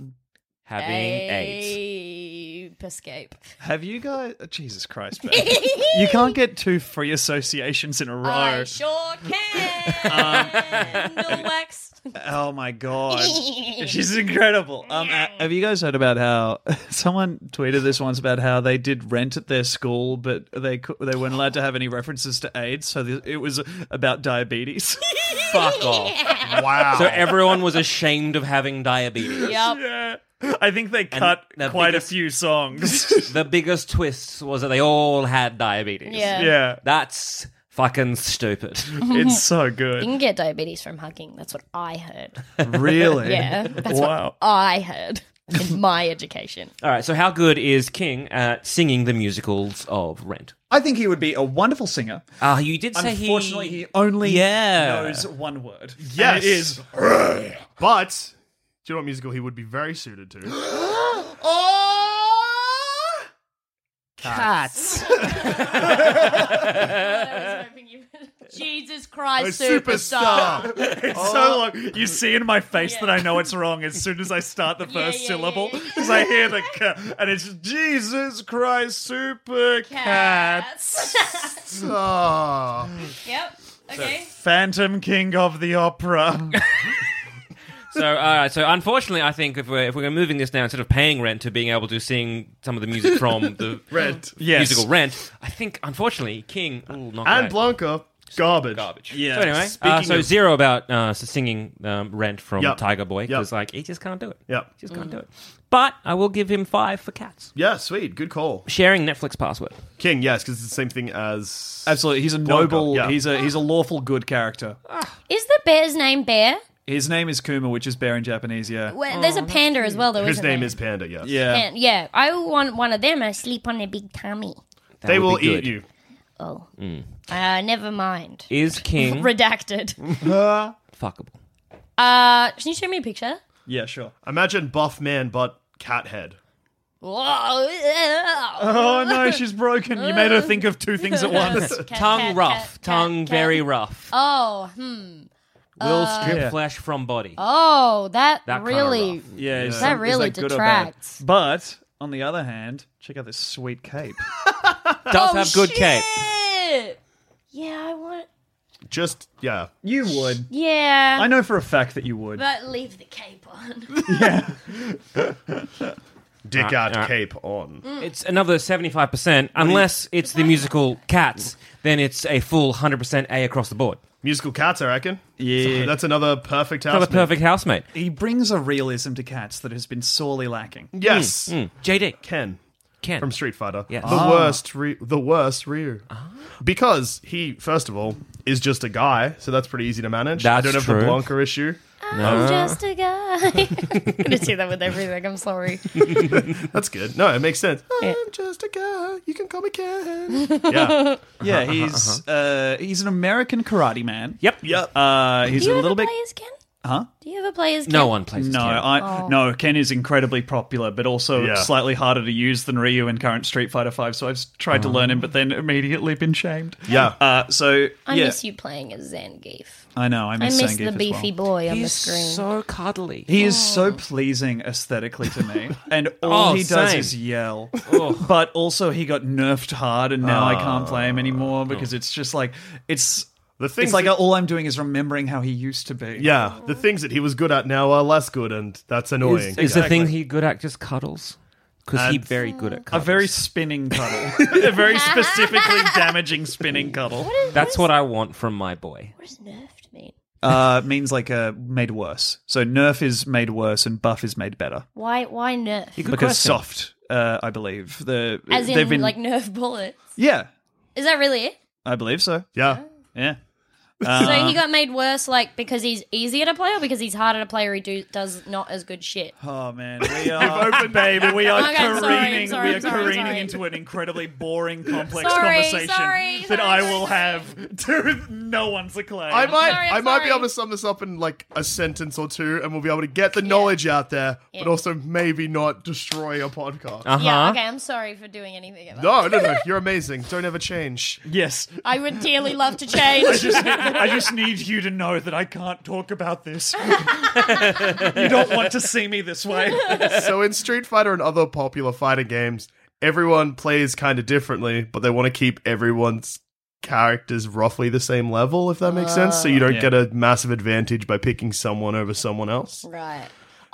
S4: having AIDS?
S1: Ape escape.
S2: Have you guys? oh, Jesus Christ, Ben. you can't get two free associations in a row.
S1: I sure Um, can. No wax.
S2: Oh my god, she's incredible. Um, uh, have you guys heard about how someone tweeted this once about how they did rent at their school, but they cou- they weren't allowed to have any references to AIDS, so th- it was about diabetes.
S4: Fuck off.
S3: Wow.
S4: So everyone was ashamed of having diabetes.
S1: Yep.
S2: yeah, I think they cut
S4: the
S2: quite
S4: biggest-
S2: a few songs.
S4: The biggest twist was that they all had diabetes.
S1: Yeah.
S2: yeah,
S4: That's fucking stupid.
S2: it's so
S1: You
S2: good.
S1: can get diabetes from hugging. That's what I heard.
S2: Really?
S1: Yeah. That's
S2: Wow.
S1: what I heard in my education.
S4: all right, so how good is King at singing the musicals of Rent?
S2: I think he would be a wonderful singer.
S4: Ah, you did say he.
S2: Unfortunately, he, only
S4: Yeah.
S2: knows one word.
S3: Yes.
S2: And it is.
S3: But do you know what musical he would be very suited to?
S2: "Ah!"
S1: Cats. Jesus
S3: A
S1: Christ, superstar.
S3: superstar.
S2: It's so long. You see in my face that I know it's wrong as soon as I start the
S1: Yeah,
S2: first
S1: yeah,
S2: syllable
S1: yeah,
S2: because I hear the k and it's Jesus Christ super cat.
S1: Cats.
S3: Ah.
S1: yep. Okay.
S2: Phantom King of the Opera.
S4: So, all right. So, unfortunately, I think if we're if we're moving this now instead of paying rent to being able to sing some of the music from the
S3: Rent.
S2: Yes.
S4: musical Rent, I think unfortunately King ooh, not
S3: And
S4: great.
S3: Blanca, garbage.
S4: garbage.
S2: Yeah.
S4: So anyway, uh,
S2: Speaking
S4: so
S2: of-
S4: zero about uh, s- singing um, Rent from
S3: Yep.
S4: Tiger Boy because
S3: Yep.
S4: like he just can't do it.
S3: Yep.
S4: He just can't do it. But I will give him five for Cats
S3: Yeah, sweet. Good call.
S4: sharing Netflix password.
S3: King, yes, because it's the same thing as.
S2: Absolutely, he's a noble.
S3: yeah.
S2: He's a he's a lawful good character.
S1: Is the bear's name Bear?
S2: His name is Kuma, which is bear in Japanese. Yeah,
S1: Well, there's a panda as well, though.
S3: His
S1: isn't
S3: name
S1: there?
S3: is Panda, yes.
S2: yeah.
S1: And, yeah, I want one of them. I sleep on their big tummy.
S4: That
S3: They
S4: would
S3: will
S4: be
S3: eat
S4: good.
S3: you.
S1: Oh, uh, never mind.
S4: Is King
S1: Redacted.
S4: fuckable?
S1: Uh, can you show me a picture?
S2: Yeah, sure.
S3: Imagine buff man, but cat head.
S1: Whoa.
S2: Oh no, she's broken. You made her think of two things at once.
S1: Cat,
S4: tongue
S1: cat,
S4: rough,
S1: cat,
S4: tongue
S1: cat,
S4: very
S1: cat.
S4: rough.
S1: Oh, hmm.
S4: will strip
S2: Yeah.
S4: flesh from body.
S1: Oh, that,
S4: That kinda
S1: really.
S4: rough.
S2: Yeah, is
S1: That
S2: some- is
S1: really
S2: good or bad?
S1: detracts.
S2: But on the other hand, check out this sweet cape.
S4: Does have good cape.
S1: Oh, Shit. Yeah, I want.
S3: Just, yeah.
S2: You would.
S1: Yeah.
S2: I know for a fact that you would.
S1: But leave the cape on.
S3: Dick out
S4: alright.
S3: cape on.
S4: It's another 75%, unless it's the musical Cats, then it's a full 100% A across the board.
S3: Musical cats, I reckon.
S2: Yeah.
S3: That's another perfect house.
S4: Another perfect housemate.
S2: He brings a realism to cats that has been sorely lacking.
S3: Uh-huh, Yes.
S4: JD,
S3: Ken
S4: Ken.
S3: from Street Fighter.
S4: Mm. Yes. Ah.
S3: The worst Ryu, the worst Ryu. Because he, first of all, is just a guy, so that's pretty easy to manage. I
S4: That's
S3: don't have
S4: true.
S3: the Blanca issue.
S1: I'm just a guy. I'm gonna say that with everything. I'm sorry.
S3: That's good. No, it makes sense.
S1: Yeah.
S3: I'm just a guy. You can call me Ken. yeah.
S2: Yeah, he's uh, he's an American karate man.
S4: Yep.
S3: uh-huh, Yep.
S2: Uh, he's
S1: Do you
S2: a
S1: ever
S2: little
S1: play
S2: bit.
S1: as Ken? Huh? Do you ever play as Ken?
S4: No one plays as
S2: No,
S4: Ken.
S2: I no. Ken is incredibly popular, but also
S3: Yeah.
S2: slightly harder to use than Ryu in current Street Fighter Five. So I've s- tried to learn him, but then immediately been shamed.
S3: Uh-huh. Yeah.
S2: Uh, so
S1: I
S2: yeah,
S1: miss you playing as Zangief.
S2: I know. I
S1: I
S2: miss,
S1: miss
S2: Zangief
S1: the
S2: as
S1: beefy
S2: well.
S1: boy Oh. on the
S4: He's
S1: screen.
S4: so cuddly.
S2: He is so pleasing aesthetically to me, and all
S4: Oh,
S2: he does
S4: same.
S2: is yell. But also, he got nerfed hard, and now I can't play him anymore because it's just like it's.
S3: The
S2: It's
S3: things
S2: like
S3: that-
S2: all I'm doing is remembering how he used to be.
S3: yeah. The things that he was good at now are less good, and that's annoying.
S4: Is the thing he good at just cuddles? because he's
S2: Uh,
S4: very good at
S2: A
S4: cuddles.
S2: very spinning cuddle. a very specifically damaging spinning cuddle.
S4: That's what I want from my boy.
S1: What does nerfed mean?
S2: Uh, means like uh, made worse. So nerf is made worse and buff is made better.
S1: Why? Why nerf?
S4: Good
S2: because
S4: question.
S2: soft, uh, I believe. The,
S1: As in,
S2: they've been,
S1: like nerf bullets.
S2: Yeah,
S1: Is that really it?
S2: I believe so.
S3: Yeah.
S2: Yeah.
S1: so
S2: Um,
S1: he got made worse, like because he's easier to play, or because he's harder to play, or he do, does not as good shit.
S2: Oh man, we are baby. We are
S1: Oh, my God, sorry, I'm
S2: careening.
S1: sorry,
S2: we are
S1: I'm sorry, I'm
S2: careening
S1: sorry.
S2: into an incredibly boring, complex
S1: Sorry,
S2: conversation
S1: sorry,
S2: that
S1: sorry,
S2: I will
S1: sorry.
S2: have to no one's acclaim.
S3: I might,
S1: sorry,
S3: i
S1: I'm
S3: might be
S1: sorry.
S3: able to sum this up in like a sentence or two, and we'll be able to get the knowledge out there, but
S1: Yeah.
S3: also maybe not destroy a podcast.
S4: Uh
S1: Yeah.
S4: huh.
S1: Okay. I'm sorry for doing anything about.
S3: no, no, no. You're amazing. Don't ever change.
S2: yes,
S1: I would dearly love to change.
S2: just need- I just need you to know that I can't talk about this. you don't want to see me this way.
S3: so in Street Fighter and other popular fighting games, everyone plays kind of differently, but they want to keep everyone's characters roughly the same level, if that makes sense. So you don't
S2: Yeah.
S3: get a massive advantage by picking someone over someone else.
S1: right.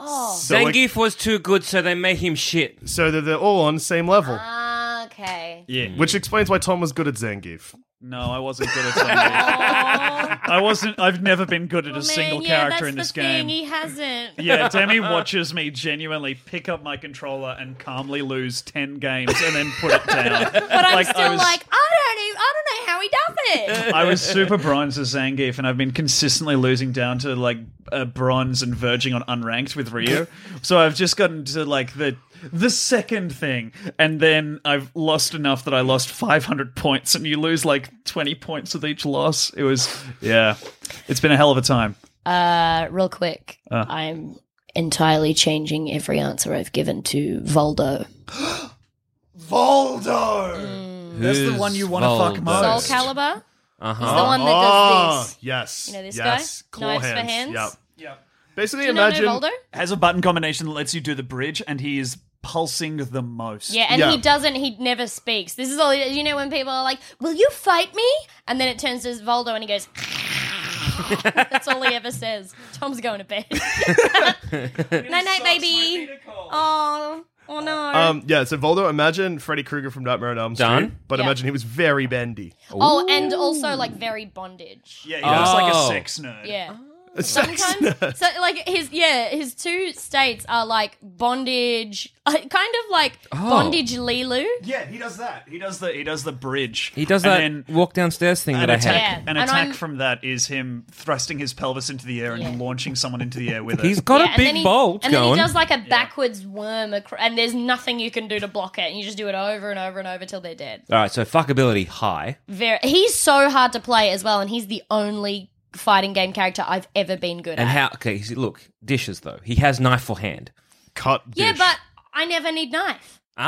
S1: Oh.
S3: So, like-
S4: Zangief was too good, so they made him shit.
S3: so that they're all on the same level.
S1: Ah. Okay.
S2: Yeah.
S3: which explains why Tom was good at Zangief.
S2: No, I wasn't good at Zangief.
S1: Oh,
S2: I wasn't. I've never been good at a
S1: man,
S2: single
S1: yeah,
S2: character
S1: that's
S2: in
S1: the
S2: this
S1: thing,
S2: game.
S1: He hasn't.
S2: Yeah, Demi watches me genuinely pick up my controller and calmly lose 10 games and then put it down.
S1: But I'm
S2: Like, I
S1: still
S2: was-
S1: like, e, I don't, even, I don't know how he does it.
S2: I was super bronze as Zangief, and I've been consistently losing down to like uh, bronze and verging on unranked with Ryu. so I've just gotten to like the the second thing, and then I've lost enough that I lost 500 points, and you lose like 20 points with each loss. It was yeah, it's been a hell of a time.
S1: Uh, real quick, I'm entirely changing every answer I've given to Voldo.
S3: Voldo!
S2: That's the one you want to
S4: Who's
S2: fuck
S4: Voldo?
S1: Mm. Soul
S2: most.
S1: Calibur
S2: Uh-huh.
S1: is the one that
S2: Oh.
S1: does this.
S3: Ah, Yes.
S1: You know this
S3: yes.
S1: guy?
S3: Claw
S1: Knives for
S3: hands.
S1: hands?
S3: Yep.
S2: Yeah.
S3: Basically,
S1: Do you
S3: imagine.
S1: not know Voldo?
S2: Has a button combination that lets you do the bridge, and he is pulsing the most.
S1: Yeah, and
S3: Yeah.
S1: he doesn't. He never speaks. This is all. You know when people are like, "Will you fight me?" and then it turns to Voldo, and he goes. That's all he ever says. Tom's going to bed. night night, baby. Oh, oh no.
S3: Um, yeah, so Voldo, imagine Freddy Krueger from Nightmare on Elm Street,
S4: Done.
S3: but
S1: Yeah.
S3: imagine he was very bendy.
S1: oh, and also like very bondage.
S2: Yeah, he looks like a
S4: Oh.
S2: sex nerd.
S1: Yeah. Sometimes, so like his yeah, his two states are like bondage, like, kind of like bondage Lilu.
S2: Yeah, he does that. He does the he does the bridge.
S4: He does
S2: And
S4: that
S2: then
S4: walk downstairs thing
S2: an
S4: that I had.
S1: Yeah,
S2: attack, an
S1: and
S2: attack
S1: I'm-
S2: from that is him thrusting his pelvis into the air and
S1: Yeah.
S2: launching someone into the air with
S4: He's
S2: it.
S4: got
S1: Yeah,
S4: a big
S1: he,
S4: bolt
S1: and
S4: going.
S1: then he does like a backwards worm, acro- and there's nothing you can do to block it, and you just do it over and over and over till they're dead.
S4: All right, so fuckability high.
S1: Very, he's so hard to play as well, and he's the only fighting game character I've ever been good
S4: And
S1: at.
S4: how? Okay, see, look, dishes though. He has knife for hand.
S3: Cut.
S1: yeah,
S3: dish.
S1: but I never need knife. I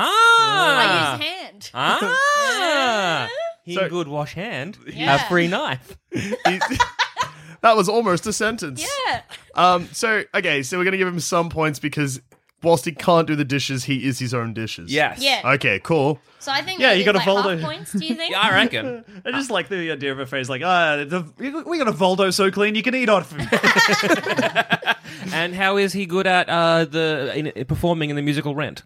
S4: Ah,
S1: use hand.
S4: ah. He
S3: So-
S4: good wash hand.
S1: Yeah.
S4: A free knife.
S3: He's- that was almost a sentence.
S1: Yeah.
S3: Um, so, okay, so we're going to give him some points because whilst he can't do the dishes, he is his own dishes.
S4: Yes.
S1: Yeah.
S3: Okay, cool.
S1: So I think
S2: Yeah,
S1: that
S2: you
S1: is,
S2: gotta
S1: like
S2: fold
S1: half
S2: it.
S1: points. Do you think?
S4: Yeah, I reckon.
S2: I just like the idea of a phrase like, ah, the, we got a Voldo so clean you can eat off him.
S4: and how is he good at uh, the in, in performing in the musical Rent?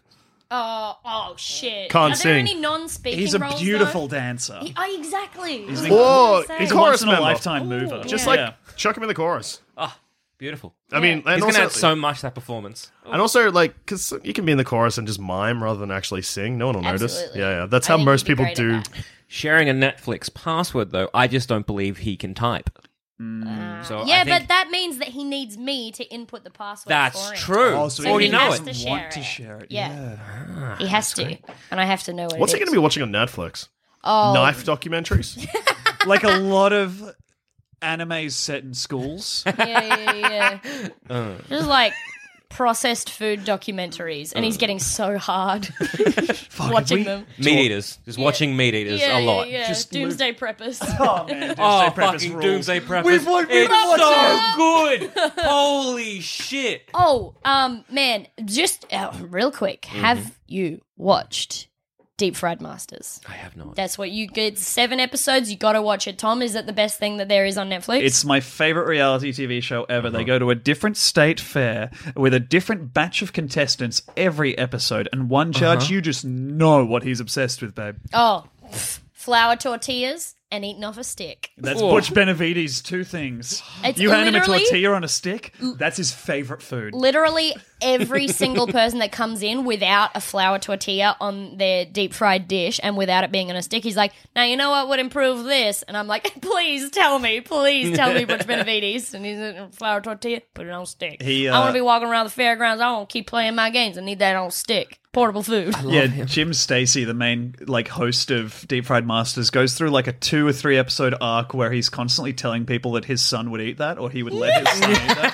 S1: Oh, oh shit!
S3: Can't
S1: Are there
S3: sing.
S1: any non-speaking
S2: He's a
S1: roles,
S2: beautiful
S1: Though?
S2: dancer.
S1: He- oh, exactly. He's
S2: an-
S3: Whoa,
S2: He's
S3: he's
S2: a
S3: Chorus
S2: once in a
S3: member.
S2: lifetime mover.
S3: Just
S2: Yeah.
S3: like,
S2: Yeah.
S3: chuck him in the chorus.
S4: Oh, Beautiful.
S3: I mean, and
S4: He's
S3: also,
S4: gonna add so much to that performance.
S3: and also, like, because you can be in the chorus and just mime rather than actually sing. No one will notice.
S1: Absolutely.
S3: Yeah, yeah. That's
S1: I
S3: how
S1: think he'd
S3: most
S1: be
S3: people
S1: great at
S3: do.
S1: that.
S4: Sharing a Netflix password though, I just don't believe he can type.
S3: Mm.
S4: So I
S1: Uh, yeah,
S4: think
S1: but that means that he needs me to input the password.
S4: that's
S1: for him.
S4: true.
S2: Oh, so
S1: So
S4: Or
S1: he
S4: you know
S1: has
S4: it.
S1: to share
S2: want
S1: it.
S2: to share it,
S1: Yeah, he has to, and I have to know what.
S3: What's
S1: it
S3: he going to be watching on Netflix?
S1: Oh,
S3: Knife documentaries?
S2: like a lot of animes set in schools.
S1: yeah, yeah, yeah, yeah. Just like processed food documentaries, and
S4: Uh.
S1: he's getting so hard watching them.
S4: Meat eaters. Just watching meat eaters
S1: Yeah,
S4: a lot.
S1: yeah, yeah.
S2: Just move-
S1: Doomsday preppers.
S2: oh man,
S4: Oh, fucking Doomsday Preppers.
S2: We've watched-
S4: it's
S2: we've watched
S4: so good. Holy shit. Mm-hmm.
S1: Oh, um, man, just uh, real quick, have you watched Deep Fried Masters.
S4: I have not.
S1: That's what you get. Seven episodes. You got to watch it. Tom, is it the best thing that there is on Netflix?
S2: It's my favorite reality TV show ever. They go to a different state fair with a different batch of contestants every episode, and one judge you just know what he's obsessed with, babe.
S1: oh, pff, flour tortillas and eating off a stick.
S2: That's
S4: Whoa.
S2: Butch Benavides' two things.
S1: It's
S2: you hand him a
S1: literally-
S2: tortilla on a stick. That's his favorite food.
S1: Literally every single person that comes in without a flour tortilla on their deep fried dish and without it being on a stick, he's like, "Now you know what would improve this?" And I'm like, "Please tell me, please tell me, Butch Benavides." And he's like, flour tortilla, put it on stick.
S2: He,
S1: I want to
S2: uh,
S1: be walking around the fairgrounds. I want to keep playing my games. I need that on stick, portable food.
S2: yeah, Jim Stacy, the main like host of Deep Fried Masters, goes through like a two or three episode arc where he's constantly telling people that his son would eat that or he would let his son eat that.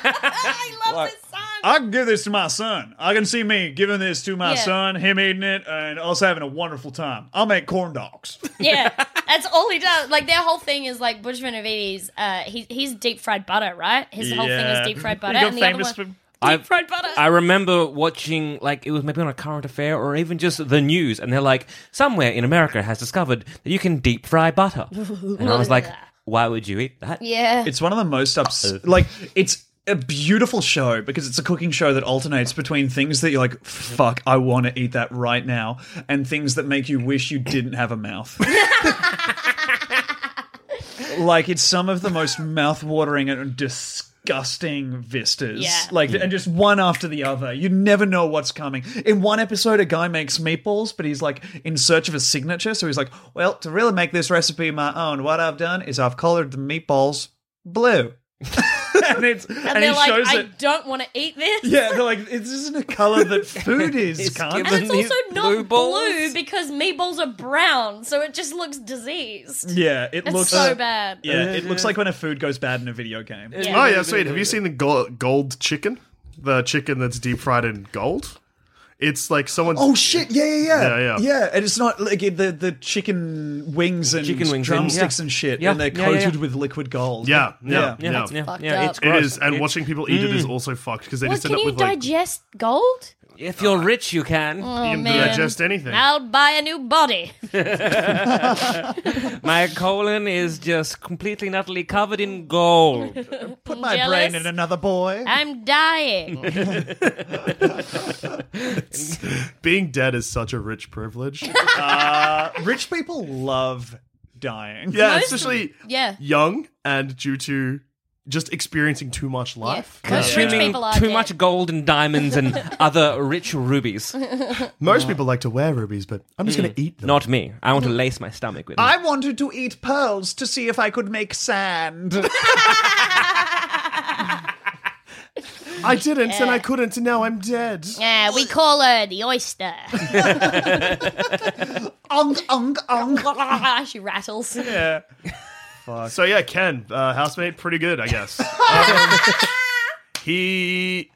S1: I love this song.
S2: I can give this to my son. I can see me giving this to my
S1: Yeah.
S2: son, him eating it, and us having a wonderful time. I'll make corn dogs.
S1: Yeah, that's all he does. Like their whole thing is like Butch Benavides. Uh, he, he's deep fried butter, right? His whole thing
S2: Yeah.
S1: is deep fried
S2: He
S1: butter,
S2: got
S1: and the other one
S2: famous
S1: deep
S2: for-
S4: I've-
S1: fried butter.
S4: I remember watching, like, it was maybe on a current affair or even just the news, and they're like, somewhere in America has discovered that you can deep fry butter. And I was like, why would you eat that?
S1: yeah,
S2: It's one of the most ups. Like it's a beautiful show because it's a cooking show that alternates between things that you're like, "Fuck, I want to eat that right now," and things that make you wish you didn't have a mouth. like it's some of the most mouth-watering and disgusting vistas.
S1: Yeah.
S2: Like and just one after the other. You never know what's coming. In one episode a guy makes meatballs, but he's like in search of a signature, so he's like, "Well, to really make this recipe my own, what I've done is I've colored the meatballs blue." and it's and,
S1: and
S2: he
S1: they're like,
S2: shows
S1: I
S2: it.
S1: don't want to eat this.
S2: Yeah, they're like, this isn't a color that food is, can't
S1: And it's
S4: These
S1: also not blue,
S4: blue balls?
S1: because meatballs are brown, so it just looks diseased.
S2: Yeah, it
S1: It's
S2: looks
S1: so bad.
S2: Yeah, it looks like when a food goes bad in a video game.
S1: Yeah.
S3: Oh yeah, sweet. Have you seen the go- gold chicken? The chicken that's deep fried in gold. It's like someone's.
S2: Oh shit! Yeah, yeah, yeah,
S3: Yeah, yeah.
S2: And it's not like it- the the chicken wings and
S4: Chicken wings and-
S2: drumsticks
S4: yeah.
S2: and shit,
S4: Yeah,
S2: and they're
S4: yeah, yeah,
S2: coated
S4: yeah.
S2: with liquid gold.
S3: Yeah, yeah,
S4: Yeah,
S3: yeah.
S4: it's, yeah,
S1: Fucked
S4: yeah,
S1: up.
S4: it's Mm.
S3: It
S4: gross.
S3: is, and watching people eat it is also fucked because they
S1: What
S3: just
S1: can
S3: end up
S1: you
S3: with like
S1: digest gold?
S4: If you're rich, you can.
S1: Oh
S3: you can
S1: man,
S3: digest anything.
S1: I'll buy a new body.
S4: My colon is just completely and utterly covered in gold.
S2: Put my
S1: Jealous?
S2: brain in another boy.
S1: I'm dying.
S3: Being dead is such a rich privilege.
S2: Uh, rich people love dying.
S3: yeah,
S1: Most-
S3: especially
S1: yeah.
S3: young and due to just experiencing too much life.
S1: Yeah. Most rich
S4: Consuming
S1: people are
S4: too
S1: dead.
S4: much gold and diamonds and other rich rubies.
S3: Most people like to wear rubies, but I'm just
S1: Mm.
S3: going to eat them.
S4: Not me. I want to lace my stomach with.
S2: I wanted to eat pearls to see if I could make sand.
S3: I didn't, and I couldn't, and now I'm dead.
S1: Yeah, we call her the oyster.
S2: ung, ung, ung.
S1: she rattles.
S2: Yeah.
S3: So yeah, Ken, uh, housemate, pretty good, I guess. Um, he,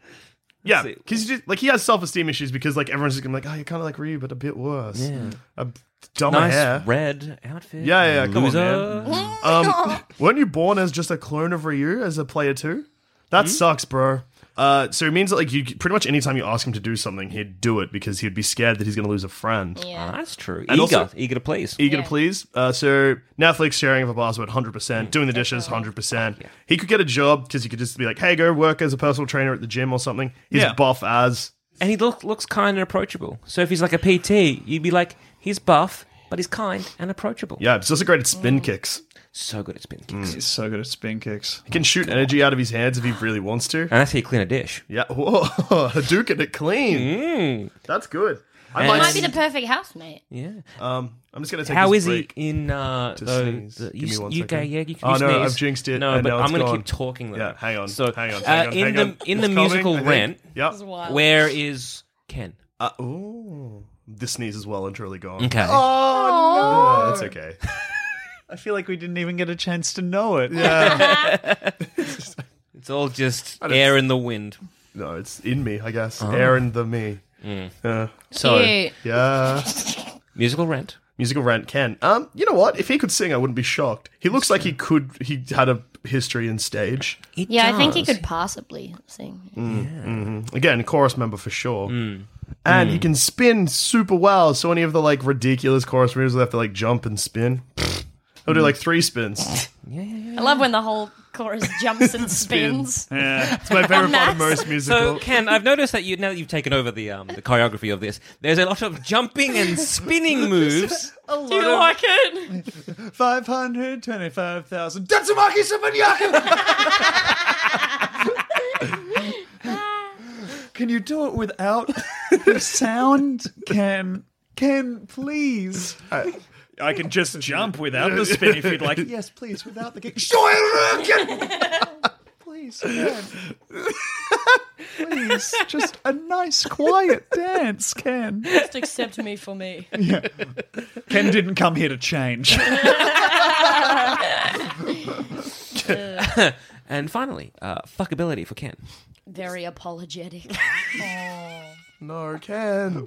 S3: yeah,
S4: Let's see.
S3: because like he has self esteem issues because like everyone's just gonna be like, oh, you're kind of like Ryu, but a bit worse. Yeah, a dumber
S4: nice
S3: Oh, hair.
S4: red outfit.
S3: Yeah, yeah, yeah, come on,
S4: Loser.
S3: man. Um, weren't you born as just a clone of Ryu as a player too? That
S4: Hmm?
S3: sucks, bro. Uh, so it means that like you pretty much anytime you ask him to do something, he'd do it because he'd be scared that he's gonna lose a friend.
S4: Ah, that's true.
S3: And
S4: eager,
S3: also-
S4: eager to please.
S3: Eager to please. Uh, so Netflix sharing of a password, hundred
S4: Mm.
S3: percent. Doing the dishes, hundred percent. He could get a job because he could just be like, "Hey, go work as a personal trainer at the gym or something." He's
S2: Yeah.
S3: buff as
S4: and he look, looks kind and approachable. So if he's like a PT, you'd be like, he's buff, but he's kind and approachable.
S3: yeah. Mm. He's also great at spin kicks.
S4: So good at spin kicks.
S2: He's so good at spin kicks.
S4: Oh
S3: He can shoot energy out of his hands if he really wants to.
S4: And that's how you clean a dish.
S3: Yeah. Whoa, Hadouken it clean.
S4: Mm.
S3: That's good. I
S4: And-
S3: might
S1: Might be the perfect housemate.
S4: Yeah.
S3: Um, I'm just gonna take.
S4: how
S3: this
S4: is
S3: break.
S4: he in uh,
S3: to
S4: though,
S3: sneeze.
S4: the
S3: Give me one
S4: UK?
S3: second.
S4: Yeah, you can
S3: Oh,
S4: you
S3: no, I've
S4: sneeze.
S3: jinxed it,
S4: No,
S3: and
S4: but
S3: now it's
S4: I'm gonna
S3: gone.
S4: keep talking. Though.
S3: Yeah, hang on.
S4: So
S3: hang on.
S4: uh,
S3: Hang on.
S4: in
S3: hang
S4: the
S3: on.
S4: in the
S3: It's coming,
S4: musical
S3: I think.
S4: Rent,
S3: Yep.
S1: Wow.
S4: where is Ken?
S3: Uh, ooh. The sneeze is well and truly gone.
S4: Okay.
S3: Yeah, that's okay.
S2: I feel like we didn't even get a chance to know it.
S3: Yeah.
S4: It's all just air in the wind.
S3: no, it's in me, I guess. Air in the me. Uh,
S4: So
S1: Cute.
S3: yeah.
S4: musical Rent.
S3: Musical rant can. Um, you know what? If he could sing, I wouldn't be shocked. He looks like he could. He had a history in stage.
S4: It
S1: Yeah, I think he
S4: does.
S1: could possibly sing.
S3: Again, chorus member for sure. and he can spin super well. So any of the like ridiculous chorus moves that have to like jump and spin, he'll do like three spins.
S1: I love when the whole chorus jumps and spins.
S2: Yeah.
S3: It's my favorite part of
S1: Max.
S3: most musical.
S4: So, Ken, I've noticed that you now that you've taken over the um, the choreography of this, there's a lot of jumping and spinning moves.
S1: Do you like it?
S2: 525,000. Datsumaki Sabanyaku! Can you do it without the sound? Can. Can, please. I, can just jump without the spin if you'd like. Yes, please, without the kick. please, Ken. please, just a nice, quiet dance, Ken.
S1: Just accept me for me.
S2: Ken didn't come here to change.
S4: And finally, uh, fuckability for Ken.
S1: Very apologetic.
S3: no, Ken.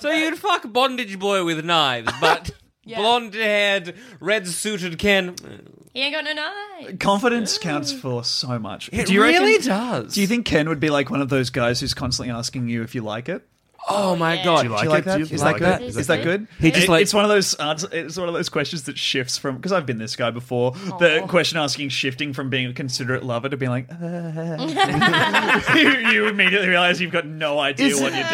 S4: So you'd fuck bondage boy with knives, but blonde-haired, red-suited Ken. uh,
S1: He ain't got no knife.
S2: Confidence counts for so much.
S4: It
S2: do you
S4: really
S2: reckon,
S4: does.
S2: Do you think Ken would be like one of those guys who's constantly asking you if you like it?
S4: Oh my
S1: yeah.
S4: god!
S3: Do you
S2: Do
S3: like
S2: you like
S3: it?
S2: that?
S3: Do you
S2: Is
S3: like
S2: that
S3: that?
S2: good?
S1: Is
S2: Is
S1: that
S2: that
S1: good?
S2: good?
S4: He just
S2: It-
S4: like-
S2: it's one of those ans- it's one of those questions that shifts from because I've been this guy before. The question asking shifting from being a considerate lover to being like "Uh." you, you immediately realize you've got no idea what you're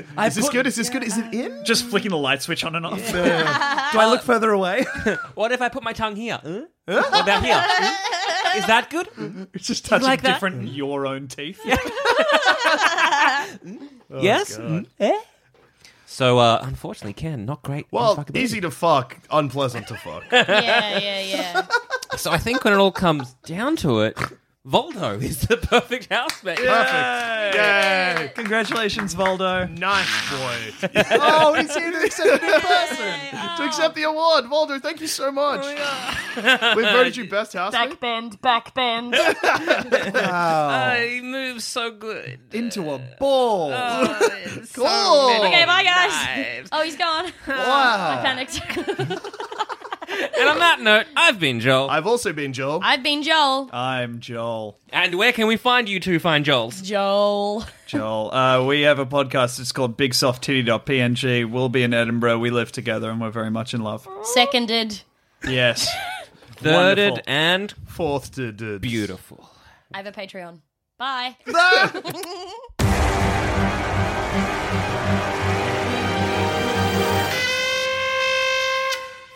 S2: doing.
S3: Is this good? Is this good? Is it in?
S2: Just flicking the light switch on and off. Do I look further away?
S4: What if I put my tongue here? Huh? What about here? Hmm? Is that good?
S2: it's just touching
S4: like that?
S2: different your own teeth.
S4: yes. Hmm? Eh? So uh, unfortunately, Ken, not great. on
S3: Well,
S4: fuckability.
S3: easy to fuck, unpleasant to fuck.
S1: Yeah, yeah, yeah.
S4: So I think when it all comes down to it, Voldo is the perfect housemate.
S3: Perfect. Yay!
S2: Congratulations, Voldo.
S3: Nice boy. oh, he's here to accept the person. to accept the award. Waldo, thank you so much. We've voted you best housemate.
S1: Backbend, backbend.
S4: Oh, he moves so good.
S2: Into a ball.
S3: Cool.
S1: Okay, bye guys. Oh, he's gone. I
S3: wow.
S1: panicked.
S4: And on that note, I've been Joel.
S3: I've also been Joel.
S1: I've been Joel.
S2: I'm Joel.
S4: and where can we find you two fine Joels?
S1: Joel.
S2: Joel. Uh, we have a podcast. It's called BigSoftTitty.png. We'll be in Edinburgh. We live together and we're very much in love.
S1: Seconded.
S2: Yes.
S4: Thirded
S2: Wonderful.
S4: and
S3: Fourth to dudes.
S4: beautiful.
S1: I have a Patreon. Bye.